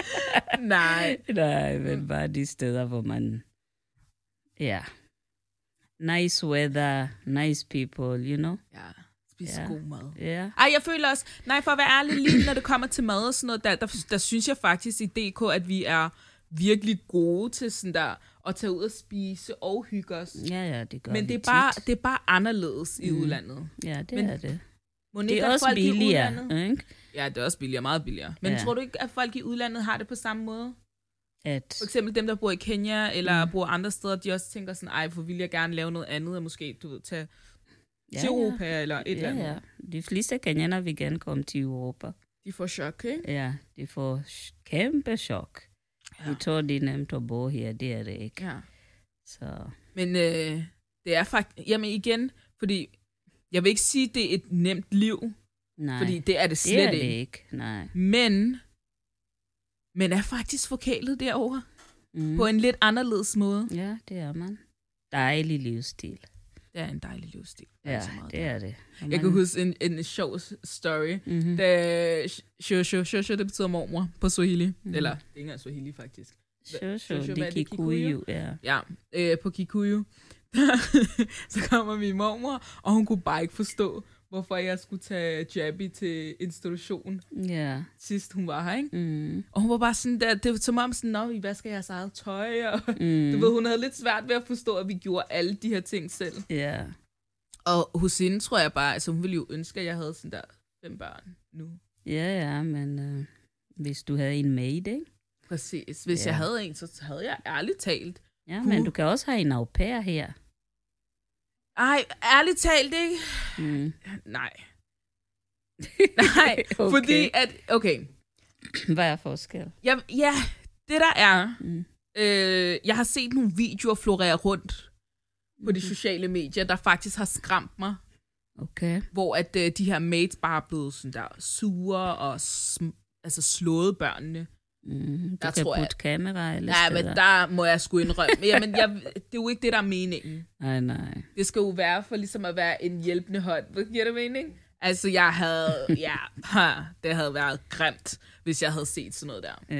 [SPEAKER 1] Nej.
[SPEAKER 2] Nej,
[SPEAKER 1] Mm.
[SPEAKER 2] men er bare de steder, hvor man... Ja. Nice weather, nice people, you know?
[SPEAKER 1] Ja. Spis
[SPEAKER 2] Ja.
[SPEAKER 1] ja. god mad.
[SPEAKER 2] Ja.
[SPEAKER 1] Ej, jeg føler også, nej, for at være ærlig, lige når det kommer til mad og sådan noget, der, der, der synes jeg faktisk i DK, at vi er virkelig gode til sådan der, at tage ud og spise og hygge os.
[SPEAKER 2] Ja, ja, det gør
[SPEAKER 1] Men
[SPEAKER 2] vi
[SPEAKER 1] det er,
[SPEAKER 2] tit.
[SPEAKER 1] bare, det er bare anderledes i udlandet.
[SPEAKER 2] Ja, det
[SPEAKER 1] Men-
[SPEAKER 2] er det.
[SPEAKER 1] Må
[SPEAKER 2] Det er også billigere, ikke?
[SPEAKER 1] Ja, det er også billigere, meget billigere. Men
[SPEAKER 2] Ja.
[SPEAKER 1] ja. tror du ikke, at folk i udlandet har det på samme måde?
[SPEAKER 2] At,
[SPEAKER 1] For eksempel dem, der bor i Kenya eller mm. bor andre steder, de også tænker sådan, ej, for vil jeg gerne lave noget andet, og måske, du ved, tage ja, til Europa eller et ja, eller
[SPEAKER 2] Ja,
[SPEAKER 1] andet. Ja.
[SPEAKER 2] ja. De fleste kenianer vil gerne komme til Europa.
[SPEAKER 1] De får chok, ikke?
[SPEAKER 2] Ja, de får sh- kæmpe chok. Ja. De tror, det er nemt at bo her. Det er det ikke.
[SPEAKER 1] Ja.
[SPEAKER 2] Så
[SPEAKER 1] Men øh, det er faktisk, jamen igen, fordi jeg vil ikke sige, at det er et nemt liv, Nej.
[SPEAKER 2] nej,
[SPEAKER 1] fordi det er det
[SPEAKER 2] det
[SPEAKER 1] slet
[SPEAKER 2] er
[SPEAKER 1] det
[SPEAKER 2] det
[SPEAKER 1] ikke.
[SPEAKER 2] ikke. Nej.
[SPEAKER 1] Men man er faktisk forkælet derovre
[SPEAKER 2] Mm.
[SPEAKER 1] mm. på en lidt anderledes måde.
[SPEAKER 2] Ja, det er man. Dejlig livsstil.
[SPEAKER 1] Det er en dejlig livsstil. Der er
[SPEAKER 2] Ja,
[SPEAKER 1] så meget
[SPEAKER 2] det er det. Og
[SPEAKER 1] Jeg
[SPEAKER 2] man- Mhm.
[SPEAKER 1] kan huske en, en sjov s- story, mm-hmm. da shosho, shosho, det betyder mormor på Swahili. Mm-hmm. Eller, det er ikke engang Swahili, faktisk.
[SPEAKER 2] Shosho,
[SPEAKER 1] Shosho,
[SPEAKER 2] det
[SPEAKER 1] hvad er det,
[SPEAKER 2] Kikuyu, ja.
[SPEAKER 1] Ja, øh, på Kikuyu. så kommer min mormor, og hun kunne bare ikke forstå, hvorfor jeg skulle tage Jabby til institution
[SPEAKER 2] Ja.
[SPEAKER 1] sidst hun var her, ikke?
[SPEAKER 2] Mm.
[SPEAKER 1] Og hun var bare sådan der, det var som om sådan, nå, I vasker jeres eget tøj, og
[SPEAKER 2] Mm.
[SPEAKER 1] du ved, hun havde lidt svært ved at forstå, at vi gjorde alle de her ting selv.
[SPEAKER 2] Ja.
[SPEAKER 1] Og hos hende tror jeg bare, altså hun ville jo ønske, at jeg havde sådan der fem børn nu.
[SPEAKER 2] Ja, ja, men øh, hvis du havde en maid, ikke?
[SPEAKER 1] Præcis. Hvis
[SPEAKER 2] Ja.
[SPEAKER 1] ja. jeg havde en, så havde jeg ærligt talt.
[SPEAKER 2] Ja, men
[SPEAKER 1] Huh.
[SPEAKER 2] du kan også have en au pair her.
[SPEAKER 1] Ej, ærligt talt ikke?
[SPEAKER 2] Mm.
[SPEAKER 1] Nej. Nej,
[SPEAKER 2] Okay.
[SPEAKER 1] okay. fordi at, okay,
[SPEAKER 2] Hvad er forskel?
[SPEAKER 1] jeg, ja, det der er,
[SPEAKER 2] Mm.
[SPEAKER 1] mm. øh, jeg har set nogle videoer florere rundt på de sociale medier, der faktisk har skræmt mig,
[SPEAKER 2] Okay.
[SPEAKER 1] hvor at øh, de her mates bare er blevet sådan der sure og sm- altså slået børnene.
[SPEAKER 2] Mm. Du
[SPEAKER 1] Der
[SPEAKER 2] kan
[SPEAKER 1] tror jeg-
[SPEAKER 2] putte kamera eller
[SPEAKER 1] Nej, men der må jeg sgu indrømme. Jamen, jeg, det er jo ikke det, der er meningen.
[SPEAKER 2] Nej, nej.
[SPEAKER 1] Det skal jo være for ligesom at være en hjælpende hånd. Hvad giver det mening? Altså, jeg havde... Ja, ha, det havde været grimt, hvis jeg havde set sådan noget der.
[SPEAKER 2] Ja.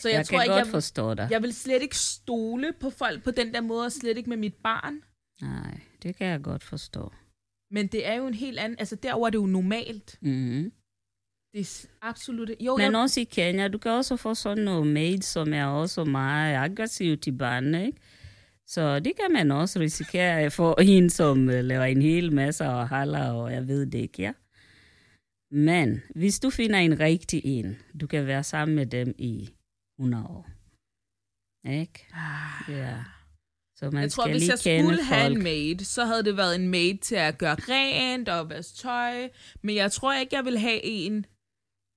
[SPEAKER 1] Så
[SPEAKER 2] Jeg,
[SPEAKER 1] jeg,
[SPEAKER 2] jeg
[SPEAKER 1] tror
[SPEAKER 2] kan
[SPEAKER 1] ikke,
[SPEAKER 2] godt
[SPEAKER 1] jeg,
[SPEAKER 2] forstå dig.
[SPEAKER 1] jeg vil slet ikke stole på folk på den der måde, og slet ikke med mit barn.
[SPEAKER 2] Nej, det kan jeg godt forstå.
[SPEAKER 1] Men det er jo en helt anden... Altså, derover er det jo normalt.
[SPEAKER 2] Mm.
[SPEAKER 1] Det er s- absolut... Jo,
[SPEAKER 2] Men
[SPEAKER 1] jeg,
[SPEAKER 2] også i Kenya, du kan også få sådan noget maid, som er også meget aggressiv til barnet, ikke? Så det kan man også risikere at få en, som øh, laver en hel masse og haller, og jeg ved det ikke, ja. Men hvis du finder en rigtig en, du kan være sammen med dem i 100 år. Ikke?
[SPEAKER 1] Ah.
[SPEAKER 2] Ja. Så man
[SPEAKER 1] jeg tror,
[SPEAKER 2] skal
[SPEAKER 1] hvis
[SPEAKER 2] lige
[SPEAKER 1] jeg
[SPEAKER 2] kende
[SPEAKER 1] skulle have
[SPEAKER 2] folk.
[SPEAKER 1] en maid, så havde det været en maid til at gøre rent og vaske tøj. Men jeg tror ikke, jeg ville have en,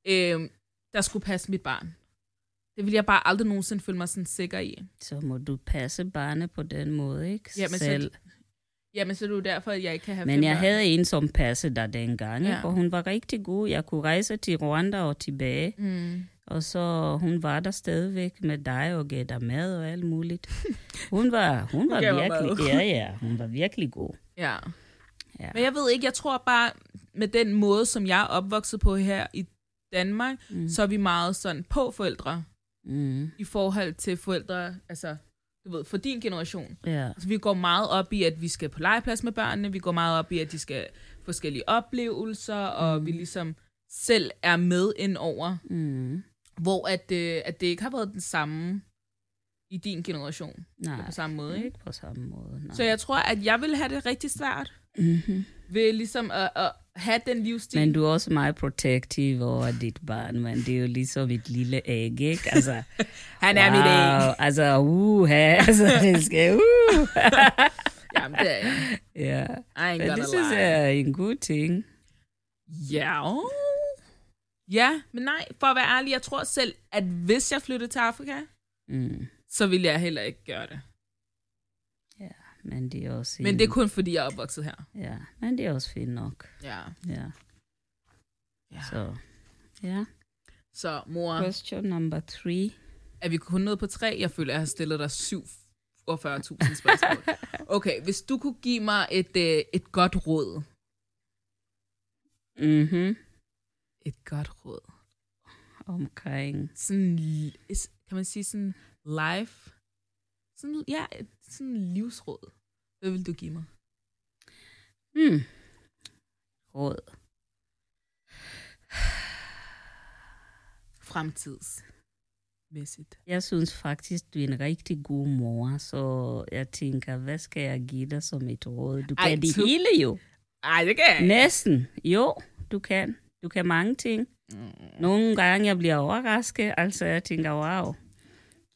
[SPEAKER 1] øh, der skulle passe mit barn. Det ville jeg bare aldrig nogensinde føle mig sådan sikker i.
[SPEAKER 2] så må du passe barnet på den måde, ikke?
[SPEAKER 1] Ja, men så-
[SPEAKER 2] Selv.
[SPEAKER 1] Jamen, så er det jo derfor, at jeg ikke kan have
[SPEAKER 2] Men
[SPEAKER 1] fem
[SPEAKER 2] jeg
[SPEAKER 1] børn.
[SPEAKER 2] havde en, som passede der dengang, ja.
[SPEAKER 1] Ja.
[SPEAKER 2] og hun var rigtig god. Jeg kunne rejse til Rwanda og tilbage,
[SPEAKER 1] Mm.
[SPEAKER 2] og så hun var der stadigvæk med dig og gav dig mad og alt muligt. Hun var, hun var
[SPEAKER 1] gav mig
[SPEAKER 2] virkelig,
[SPEAKER 1] mad.
[SPEAKER 2] ja, ja, hun var virkelig god.
[SPEAKER 1] Ja.
[SPEAKER 2] Ja.
[SPEAKER 1] Men jeg ved ikke, jeg tror bare, med den måde, som jeg er opvokset på her i Danmark, mm. så er vi meget sådan på forældre
[SPEAKER 2] Mm,
[SPEAKER 1] i forhold til forældre, altså, du ved, for din generation.
[SPEAKER 2] ja,
[SPEAKER 1] Altså, vi går meget op i, at vi skal på legeplads med børnene, vi går meget op i, at de skal forskellige oplevelser, og vi ligesom selv er med ind over,
[SPEAKER 2] mm,
[SPEAKER 1] hvor at, øh, at det ikke har været den samme i din generation
[SPEAKER 2] nej,
[SPEAKER 1] på samme måde. Ikke?
[SPEAKER 2] ikke på samme måde. Nej.
[SPEAKER 1] Så jeg tror, at jeg vil have det rigtig svært
[SPEAKER 2] mm-hmm.
[SPEAKER 1] ved ligesom at, at have den livsstil.
[SPEAKER 2] Men du er også meget protektiv over dit barn, men det er jo ligesom et lille æg, ikke? Altså,
[SPEAKER 1] Han er mit æg.
[SPEAKER 2] wow, Altså, uh, altså, det skal, uh.
[SPEAKER 1] Jamen, det er jeg.
[SPEAKER 2] Ja.
[SPEAKER 1] I ain't
[SPEAKER 2] Men det
[SPEAKER 1] gonna
[SPEAKER 2] synes
[SPEAKER 1] lie.
[SPEAKER 2] jeg er en god ting.
[SPEAKER 1] Ja. Ja, men nej, for at være ærlig, jeg tror selv, at hvis jeg flyttede til Afrika,
[SPEAKER 2] Mm.
[SPEAKER 1] så ville jeg heller ikke gøre det.
[SPEAKER 2] Men det er også
[SPEAKER 1] Men
[SPEAKER 2] en-
[SPEAKER 1] det er kun fordi, jeg er opvokset her.
[SPEAKER 2] Ja, men det er også fint nok.
[SPEAKER 1] Ja.
[SPEAKER 2] Ja.
[SPEAKER 1] Ja.
[SPEAKER 2] Så, ja.
[SPEAKER 1] Så mor,
[SPEAKER 2] Question number three.
[SPEAKER 1] er vi kun nået på tre? Jeg føler, jeg har stillet dig 47.000 spørgsmål. Okay, hvis du kunne give mig et, øh, et godt råd.
[SPEAKER 2] Mm-hmm.
[SPEAKER 1] Et godt råd.
[SPEAKER 2] Omkring.
[SPEAKER 1] Sådan, li- s- kan man sige sådan life? Sådan, ja, et- sådan livsråd. Hvad vil du give mig?
[SPEAKER 2] Mm. Råd.
[SPEAKER 1] Fremtidsmæssigt.
[SPEAKER 2] Jeg synes faktisk, du er en rigtig god mor, så jeg tænker, hvad skal jeg give dig som et råd? Du
[SPEAKER 1] Ej,
[SPEAKER 2] kan det
[SPEAKER 1] tu-
[SPEAKER 2] hele jo.
[SPEAKER 1] Ej, det kan jeg ikke.
[SPEAKER 2] Næsten. Jo, du kan. Du kan mange ting.
[SPEAKER 1] Mm.
[SPEAKER 2] Nogle gange jeg bliver overrasket, altså jeg tænker, wow,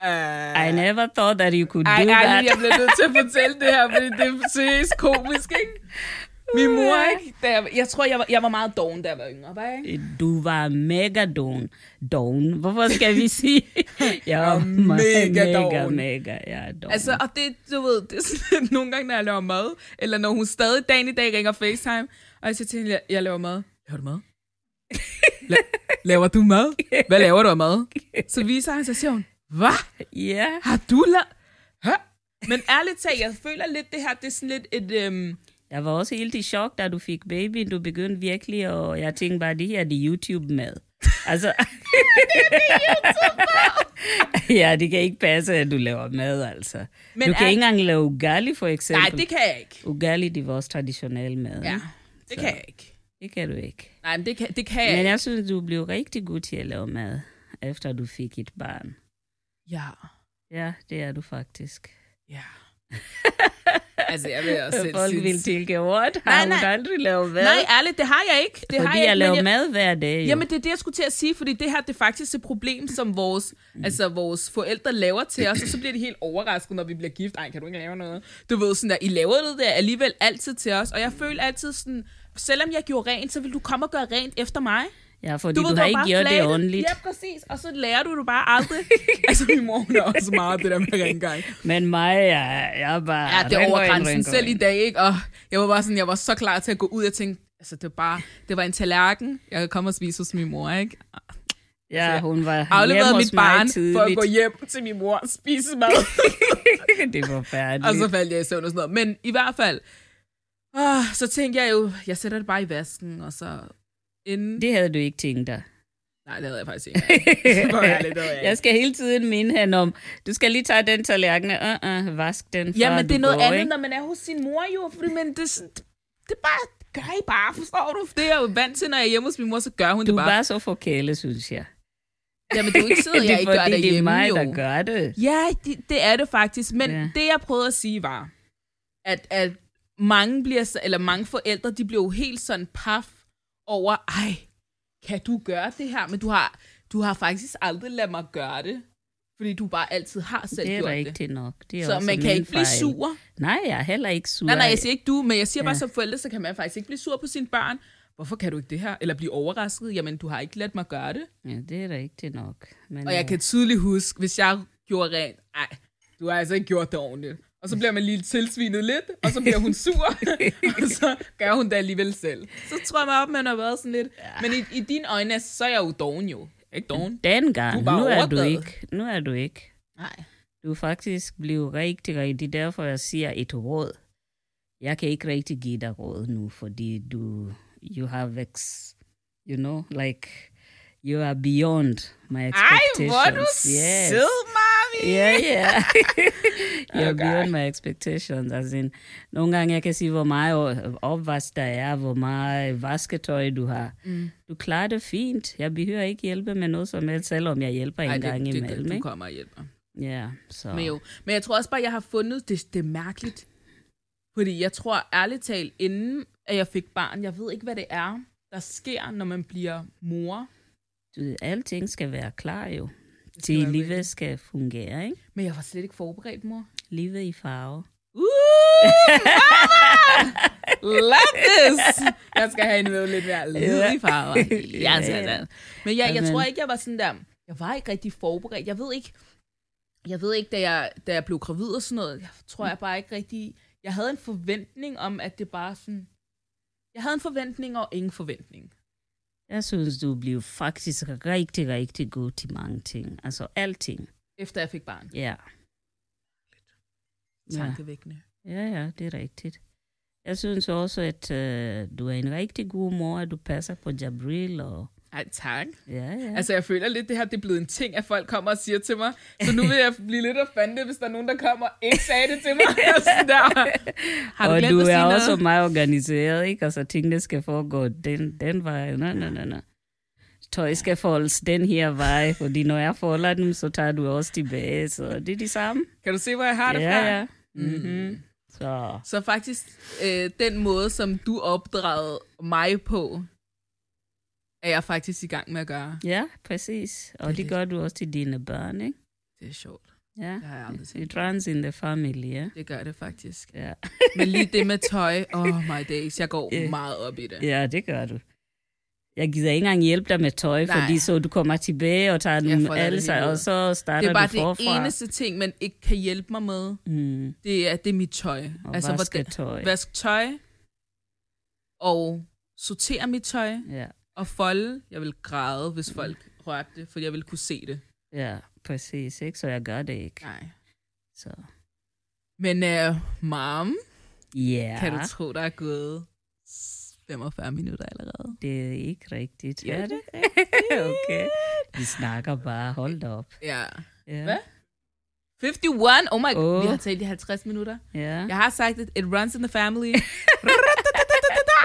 [SPEAKER 1] Øh,
[SPEAKER 2] I never thought that you could
[SPEAKER 1] Ej,
[SPEAKER 2] do
[SPEAKER 1] ej,
[SPEAKER 2] that.
[SPEAKER 1] jeg bliver nødt til at fortælle det her, fordi det er seriøst komisk, ikke? Min mor, ikke? Da jeg, jeg tror, jeg var, jeg var meget doven, da jeg var yngre, var jeg ikke?
[SPEAKER 2] Du var mega doven. Doven. Hvorfor skal vi sige? jeg var
[SPEAKER 1] var
[SPEAKER 2] me-
[SPEAKER 1] mega
[SPEAKER 2] mega,
[SPEAKER 1] doven.
[SPEAKER 2] mega, ja, doven.
[SPEAKER 1] Altså, og det, du ved, det er sådan, at nogle gange, når jeg laver mad, eller når hun stadig dagen i dag ringer FaceTime, og jeg siger til hende, jeg, jeg laver mad. Laver du mad? La- laver du mad? Hvad laver du af mad? Så viser han sig, siger hun, hvad?
[SPEAKER 2] ja.
[SPEAKER 1] Har du lavet? Hæ? Men ærligt talt, jeg føler lidt det her, det er sådan lidt et... Øhm,
[SPEAKER 2] Jeg var også helt i chok, da du fik babyen. Du begyndte virkelig, og jeg tænkte bare, det her er det YouTube med. Altså, ja, det kan ikke passe, at du laver mad, altså.
[SPEAKER 1] Men
[SPEAKER 2] Men du kan
[SPEAKER 1] er-
[SPEAKER 2] ikke engang lave ugali, for eksempel.
[SPEAKER 1] nej, det kan jeg ikke.
[SPEAKER 2] Ugali, det er vores traditionelle mad.
[SPEAKER 1] Ja,
[SPEAKER 2] ikke?
[SPEAKER 1] det
[SPEAKER 2] Så.
[SPEAKER 1] kan jeg ikke.
[SPEAKER 2] Det kan du ikke.
[SPEAKER 1] Nej, men det kan, det kan jeg
[SPEAKER 2] Men
[SPEAKER 1] ikke.
[SPEAKER 2] jeg synes, du blev rigtig god til at lave mad, efter du fik et barn.
[SPEAKER 1] Ja,
[SPEAKER 2] Ja, det er du faktisk.
[SPEAKER 1] ja. altså, jeg vil også selv
[SPEAKER 2] Folk vil
[SPEAKER 1] synes...
[SPEAKER 2] tænke, what?
[SPEAKER 1] Nej,
[SPEAKER 2] Har hun
[SPEAKER 1] nej.
[SPEAKER 2] aldrig lavet mad?
[SPEAKER 1] Nej, ærligt, det har jeg ikke. Det har
[SPEAKER 2] Fordi
[SPEAKER 1] jeg, ikke, men
[SPEAKER 2] jeg laver
[SPEAKER 1] jeg,
[SPEAKER 2] mad hver dag. Jo.
[SPEAKER 1] Jamen, det er det, jeg skulle til at sige, fordi det her, det er faktisk et problem, som vores, mm. altså, vores forældre laver til os, og så bliver de helt overrasket, når vi bliver gift. Ej, kan du ikke lave noget? Du ved sådan der, I laver det der alligevel altid til os, og jeg føler altid sådan, selvom jeg gjorde rent, så vil du komme og gøre rent efter mig.
[SPEAKER 2] Ja, fordi du,
[SPEAKER 1] ved,
[SPEAKER 2] du
[SPEAKER 1] var
[SPEAKER 2] har ikke
[SPEAKER 1] bare
[SPEAKER 2] gjort det
[SPEAKER 1] flatet.
[SPEAKER 2] ordentligt.
[SPEAKER 1] Ja, præcis. Og så lærer du det bare aldrig. altså, min mor, hun er også meget det der med rengøring.
[SPEAKER 2] Men mig, jeg, jeg er bare...
[SPEAKER 1] Ja, det er
[SPEAKER 2] ren,
[SPEAKER 1] over
[SPEAKER 2] ren,
[SPEAKER 1] grænsen
[SPEAKER 2] ren,
[SPEAKER 1] selv i
[SPEAKER 2] ren.
[SPEAKER 1] dag, ikke? Og jeg var bare sådan, jeg var så klar til at gå ud. Jeg tænkte, altså det var bare, det var en tallerken. Jeg kan komme og spise hos min mor, ikke?
[SPEAKER 2] Ja, hun var
[SPEAKER 1] Afleverede
[SPEAKER 2] hjemme hos
[SPEAKER 1] mit barn
[SPEAKER 2] mig
[SPEAKER 1] for at
[SPEAKER 2] tidligt.
[SPEAKER 1] gå hjem til min mor og spise mad.
[SPEAKER 2] det var færdigt.
[SPEAKER 1] og så faldt jeg i søvn og sådan noget. Men i hvert fald, åh, så tænkte jeg jo, jeg sætter det bare i vasken, og så inden... Det...
[SPEAKER 2] Det havde du ikke tænkt dig.
[SPEAKER 1] Nej, det havde jeg faktisk ikke. For at være ærlig, det havde jeg
[SPEAKER 2] jeg
[SPEAKER 1] ikke.
[SPEAKER 2] skal hele tiden minde hende om, du skal lige tage den tallerken, uh -uh, vask den,
[SPEAKER 1] Ja,
[SPEAKER 2] før
[SPEAKER 1] men det
[SPEAKER 2] du
[SPEAKER 1] er noget
[SPEAKER 2] går,
[SPEAKER 1] andet,
[SPEAKER 2] ikke?
[SPEAKER 1] når man er hos sin mor jo, fordi, men det, er sådan- det, det er bare, gør I bare, forstår du? Det er jeg jo vant til, når jeg er hjemme hos min mor, så gør hun det
[SPEAKER 2] Du er
[SPEAKER 1] bare.
[SPEAKER 2] bare så forkælet, synes jeg.
[SPEAKER 1] Jamen, det er jo ikke sådan, at jeg ikke gør
[SPEAKER 2] fordi,
[SPEAKER 1] det
[SPEAKER 2] det er
[SPEAKER 1] hjemme,
[SPEAKER 2] mig,
[SPEAKER 1] jo.
[SPEAKER 2] der gør det.
[SPEAKER 1] Ja, det, det er det faktisk. Men ja.
[SPEAKER 2] Ja.
[SPEAKER 1] det, jeg prøvede at sige, var, at, at mange, bliver, så- eller mange forældre, de bliver jo helt sådan paf over, ej, kan du gøre det her? Men du har, du har faktisk aldrig ladet mig gøre det, fordi du bare altid har selv
[SPEAKER 2] Det er
[SPEAKER 1] gjort det.
[SPEAKER 2] rigtigt nok. Det er
[SPEAKER 1] Så
[SPEAKER 2] også
[SPEAKER 1] man kan
[SPEAKER 2] min
[SPEAKER 1] ikke blive
[SPEAKER 2] fejl.
[SPEAKER 1] sur.
[SPEAKER 2] Nej, jeg er heller ikke sur.
[SPEAKER 1] Nej, nej, jeg siger ikke du, men jeg siger bare,
[SPEAKER 2] Ja.
[SPEAKER 1] som forældre, så kan man faktisk ikke blive sur på sine børn. Hvorfor kan du ikke det her? Eller blive overrasket. Jamen, du har ikke ladt mig gøre det.
[SPEAKER 2] Ja, det er rigtigt nok. Men,
[SPEAKER 1] Og jeg
[SPEAKER 2] øh,
[SPEAKER 1] kan tydeligt huske, hvis jeg gjorde rent, ej, du har altså ikke gjort det ordentligt. Og så bliver man lige tilsvinet lidt, og så bliver hun sur, og så gør hun det alligevel selv. Så tror jeg mig op, man har været sådan lidt. Men i, i dine øjne, så er jeg jo doven jo. Ikke doven?
[SPEAKER 2] Dengang,
[SPEAKER 1] Du var
[SPEAKER 2] nu er du
[SPEAKER 1] overdrevet.
[SPEAKER 2] ikke. Nu er du ikke.
[SPEAKER 1] Nej.
[SPEAKER 2] Du er faktisk blevet rigtig, rigtig. Derfor jeg siger et råd. Jeg kan ikke rigtig give dig råd nu, fordi du, you have ex, you know, like, you are beyond my
[SPEAKER 1] Ej,
[SPEAKER 2] expectations.
[SPEAKER 1] hvor er du
[SPEAKER 2] Yes.
[SPEAKER 1] sød, mami!
[SPEAKER 2] Ja, ja. Jeg er
[SPEAKER 1] Okay.
[SPEAKER 2] beyond my expectations. Altså, en- nogle gange jeg kan sige, hvor meget o- opvask der er, hvor meget vasketøj du har. Mm. Du klarer det fint. Jeg behøver ikke hjælpe med noget som helst, selvom jeg hjælper en gang
[SPEAKER 1] det, det,
[SPEAKER 2] imellem.
[SPEAKER 1] du
[SPEAKER 2] ikke?
[SPEAKER 1] kommer og hjælper.
[SPEAKER 2] Ja, så.
[SPEAKER 1] Men jo, men jeg tror også bare, jeg har fundet det, det er mærkeligt. Fordi jeg tror ærligt talt, inden, at jeg fik barn. Jeg ved ikke, hvad det er, der sker, når man bliver mor.
[SPEAKER 2] Du ved, alting skal være klar jo.
[SPEAKER 1] skal
[SPEAKER 2] Til
[SPEAKER 1] være
[SPEAKER 2] livet skal fungere, ikke?
[SPEAKER 1] Men jeg var slet ikke forberedt, mor.
[SPEAKER 2] Livet i farve.
[SPEAKER 1] Uh, mama! Love this! Jeg skal have en med lidt mere lyd i farver.
[SPEAKER 2] Ja,
[SPEAKER 1] Ja,
[SPEAKER 2] ja.
[SPEAKER 1] sådan. Men jeg, jeg
[SPEAKER 2] Amen.
[SPEAKER 1] tror ikke, jeg var sådan der... Jeg var ikke rigtig forberedt. Jeg ved ikke, jeg ved ikke da, jeg, da jeg blev gravid og sådan noget, jeg tror jeg bare ikke rigtig... Jeg havde en forventning om, at det bare sådan... Jeg havde en forventning og ingen forventning.
[SPEAKER 2] Jeg synes, du blev faktisk rigtig, rigtig god til mange ting. Altså alting.
[SPEAKER 1] Efter jeg fik barn.
[SPEAKER 2] Ja. Ja,
[SPEAKER 1] Tankevækkende.
[SPEAKER 2] ja, ja det er rigtigt. Jeg synes også, at øh, du er en rigtig god mor, at du passer på Jabril. Og,
[SPEAKER 1] Ej, tak.
[SPEAKER 2] ja, ja.
[SPEAKER 1] Altså, jeg føler lidt, det her det er blevet en ting, at folk kommer og siger til mig. Så nu vil jeg blive lidt offentlig, hvis der er nogen, der kommer og ikke sagde det til mig. Jeg er sådan der, Har du
[SPEAKER 2] og
[SPEAKER 1] glemt
[SPEAKER 2] du
[SPEAKER 1] at
[SPEAKER 2] er
[SPEAKER 1] sige noget?
[SPEAKER 2] også meget organiseret, ikke? Altså, tingene skal foregå den, den vej. Nej, nej, nej, nej. Tøj skal foldes den her vej, fordi når jeg folder dem, så tager du også tilbage. Så det er de samme.
[SPEAKER 1] Kan du se, hvor jeg har det fra? Mm.
[SPEAKER 2] Ja, ja. Mm-hmm. Så
[SPEAKER 1] Så faktisk, øh, den måde, som du opdragede mig på, er jeg faktisk i gang med at gøre.
[SPEAKER 2] ja, præcis. Og det
[SPEAKER 1] lidt-
[SPEAKER 2] gør du også til dine børn, ikke?
[SPEAKER 1] Det er sjovt.
[SPEAKER 2] Ja.
[SPEAKER 1] Det har jeg aldrig set.
[SPEAKER 2] It runs in the family, ja.
[SPEAKER 1] Det gør det faktisk.
[SPEAKER 2] Ja,
[SPEAKER 1] Men lige det med tøj, oh my days, jeg går
[SPEAKER 2] Ja.
[SPEAKER 1] meget op i det.
[SPEAKER 2] ja det gør du. Jeg gider ikke engang hjælpe dig med tøj,
[SPEAKER 1] Nej.
[SPEAKER 2] Nej. fordi så du kommer tilbage og tager dem
[SPEAKER 1] folder
[SPEAKER 2] alle
[SPEAKER 1] det
[SPEAKER 2] sig,
[SPEAKER 1] hele ud.
[SPEAKER 2] og så starter
[SPEAKER 1] Det er bare
[SPEAKER 2] du forfra.
[SPEAKER 1] det eneste ting, man ikke kan hjælpe mig med,
[SPEAKER 2] Mm.
[SPEAKER 1] det er, det er mit tøj.
[SPEAKER 2] Og altså, vaske tøj.
[SPEAKER 1] Vask tøj, og sortere mit tøj,
[SPEAKER 2] Ja,
[SPEAKER 1] og folde. Jeg vil græde,
[SPEAKER 2] Mm.
[SPEAKER 1] hvis folk rørte det, for jeg vil kunne se det.
[SPEAKER 2] ja, præcis. Ikke? Så jeg gør det ikke.
[SPEAKER 1] Nej.
[SPEAKER 2] Så.
[SPEAKER 1] Men uh, mom,
[SPEAKER 2] Ja,
[SPEAKER 1] Kan du tro, der er gået s- 45 minutter allerede?
[SPEAKER 2] det er ikke rigtigt.
[SPEAKER 1] Jo,
[SPEAKER 2] er
[SPEAKER 1] det
[SPEAKER 2] det? okay. Vi snakker bare. Hold da op.
[SPEAKER 1] Ja.
[SPEAKER 2] Ja.
[SPEAKER 1] Hvad? 51? Oh my god,
[SPEAKER 2] Åh.
[SPEAKER 1] vi har talt i 50 minutter.
[SPEAKER 2] Ja.
[SPEAKER 1] Jeg har sagt, at it runs in the family.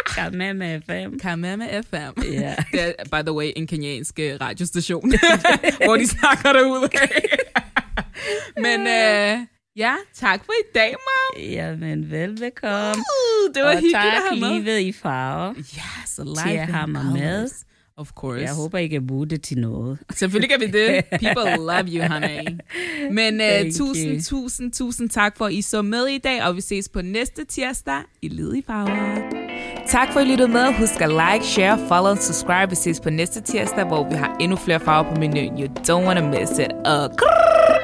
[SPEAKER 2] Kom med med fem.
[SPEAKER 1] Kamama FM.
[SPEAKER 2] Ja.
[SPEAKER 1] Det er, by the way, en kenyansk øh, radiostation, hvor de snakker derude. Men øh, ja, tak for i dag, mom.
[SPEAKER 2] Jamen, velbekomme.
[SPEAKER 1] Uh, Det var
[SPEAKER 2] Og
[SPEAKER 1] hyggeligt at
[SPEAKER 2] tak
[SPEAKER 1] have med.
[SPEAKER 2] livet i farve.
[SPEAKER 1] Yes,
[SPEAKER 2] Til at
[SPEAKER 1] alive
[SPEAKER 2] have
[SPEAKER 1] and
[SPEAKER 2] mig med.
[SPEAKER 1] always. Of course.
[SPEAKER 2] Jeg håber, I kan bruge det til noget.
[SPEAKER 1] Selvfølgelig kan vi det. People love you, honey. Men uh,
[SPEAKER 2] Thank
[SPEAKER 1] tusind,
[SPEAKER 2] you.
[SPEAKER 1] tusind, tusind tak for, at I så med i dag, og vi ses på næste tirsdag i Lid i Farver. Tak for, at I lyttede med. Husk at like, share, follow og subscribe. Vi ses på næste tirsdag, hvor vi har endnu flere farver på menuen. You don't wanna miss it. Og krrr!